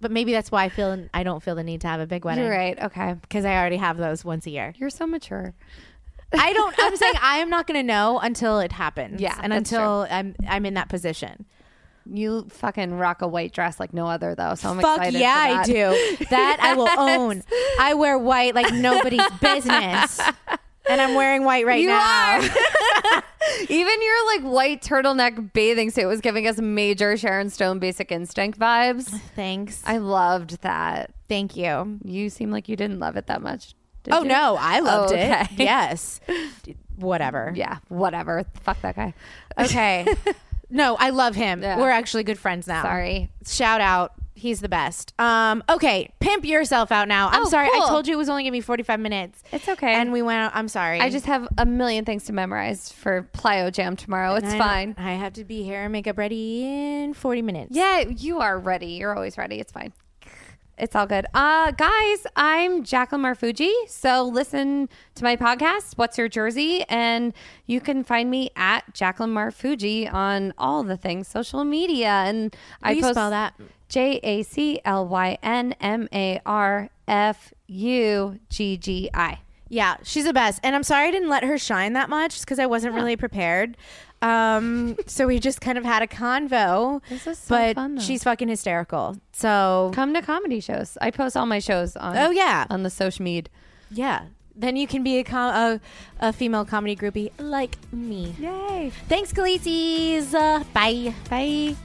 Speaker 2: but maybe that's why I feel I don't feel the need to have a big wedding
Speaker 3: You're right. Okay.
Speaker 2: cuz I already have those once a year.
Speaker 3: You're so mature.
Speaker 2: I don't I'm saying I am not going to know until it happens
Speaker 3: Yeah,
Speaker 2: and
Speaker 3: that's
Speaker 2: until I'm I'm in that position.
Speaker 3: You fucking rock a white dress like no other though. So I'm
Speaker 2: Fuck
Speaker 3: excited.
Speaker 2: yeah, I
Speaker 3: for that.
Speaker 2: do. That I will own. I wear white like nobody's business. And I'm wearing white right
Speaker 3: You
Speaker 2: now.
Speaker 3: Even your like white turtleneck bathing suit was giving us major Sharon Stone basic instinct vibes.
Speaker 2: Thanks.
Speaker 3: I loved that.
Speaker 2: Thank you.
Speaker 3: You seem like you didn't love it that much. did
Speaker 2: Oh
Speaker 3: you?
Speaker 2: no, I loved
Speaker 3: Oh, okay.
Speaker 2: it. Yes. Whatever.
Speaker 3: Yeah, whatever. Fuck that guy.
Speaker 2: Okay. no, I love him. We're actually good friends now.
Speaker 3: Sorry.
Speaker 2: Shout out. He's the best. Um, okay, pimp yourself out now. I'm
Speaker 3: Oh,
Speaker 2: sorry. I
Speaker 3: cool.
Speaker 2: told you it was only gonna be 45 minutes.
Speaker 3: It's okay.
Speaker 2: And we went out. I'm sorry.
Speaker 3: I just have a million things to memorize for Plyo Jam tomorrow. It's
Speaker 2: I-
Speaker 3: fine.
Speaker 2: I have to be hair and makeup ready in 40 minutes.
Speaker 3: Yeah, you are ready. You're always ready. It's fine. It's all good. Uh guys, I'm Jacqueline Marfuji. So listen to my podcast, What's Your Jersey? And you can find me at Jacqueline Marfuji on all the things social media. And I
Speaker 2: you
Speaker 3: post
Speaker 2: spell that?
Speaker 3: J A C L Y N M A R F U G G I.
Speaker 2: Yeah, she's the best. And I'm sorry I didn't let her shine that much because I wasn't really prepared. Um, so we just kind of had a convo.
Speaker 3: This is so
Speaker 2: but
Speaker 3: fun, though.
Speaker 2: she's fucking hysterical. So
Speaker 3: Come to comedy shows. I post all my shows on
Speaker 2: Oh, yeah.
Speaker 3: on the social media.
Speaker 2: yeah, then you can be a com- a, a female comedy groupie like me.
Speaker 3: Yay.
Speaker 2: Thanks, Khaleesi's. Uh, bye. Bye.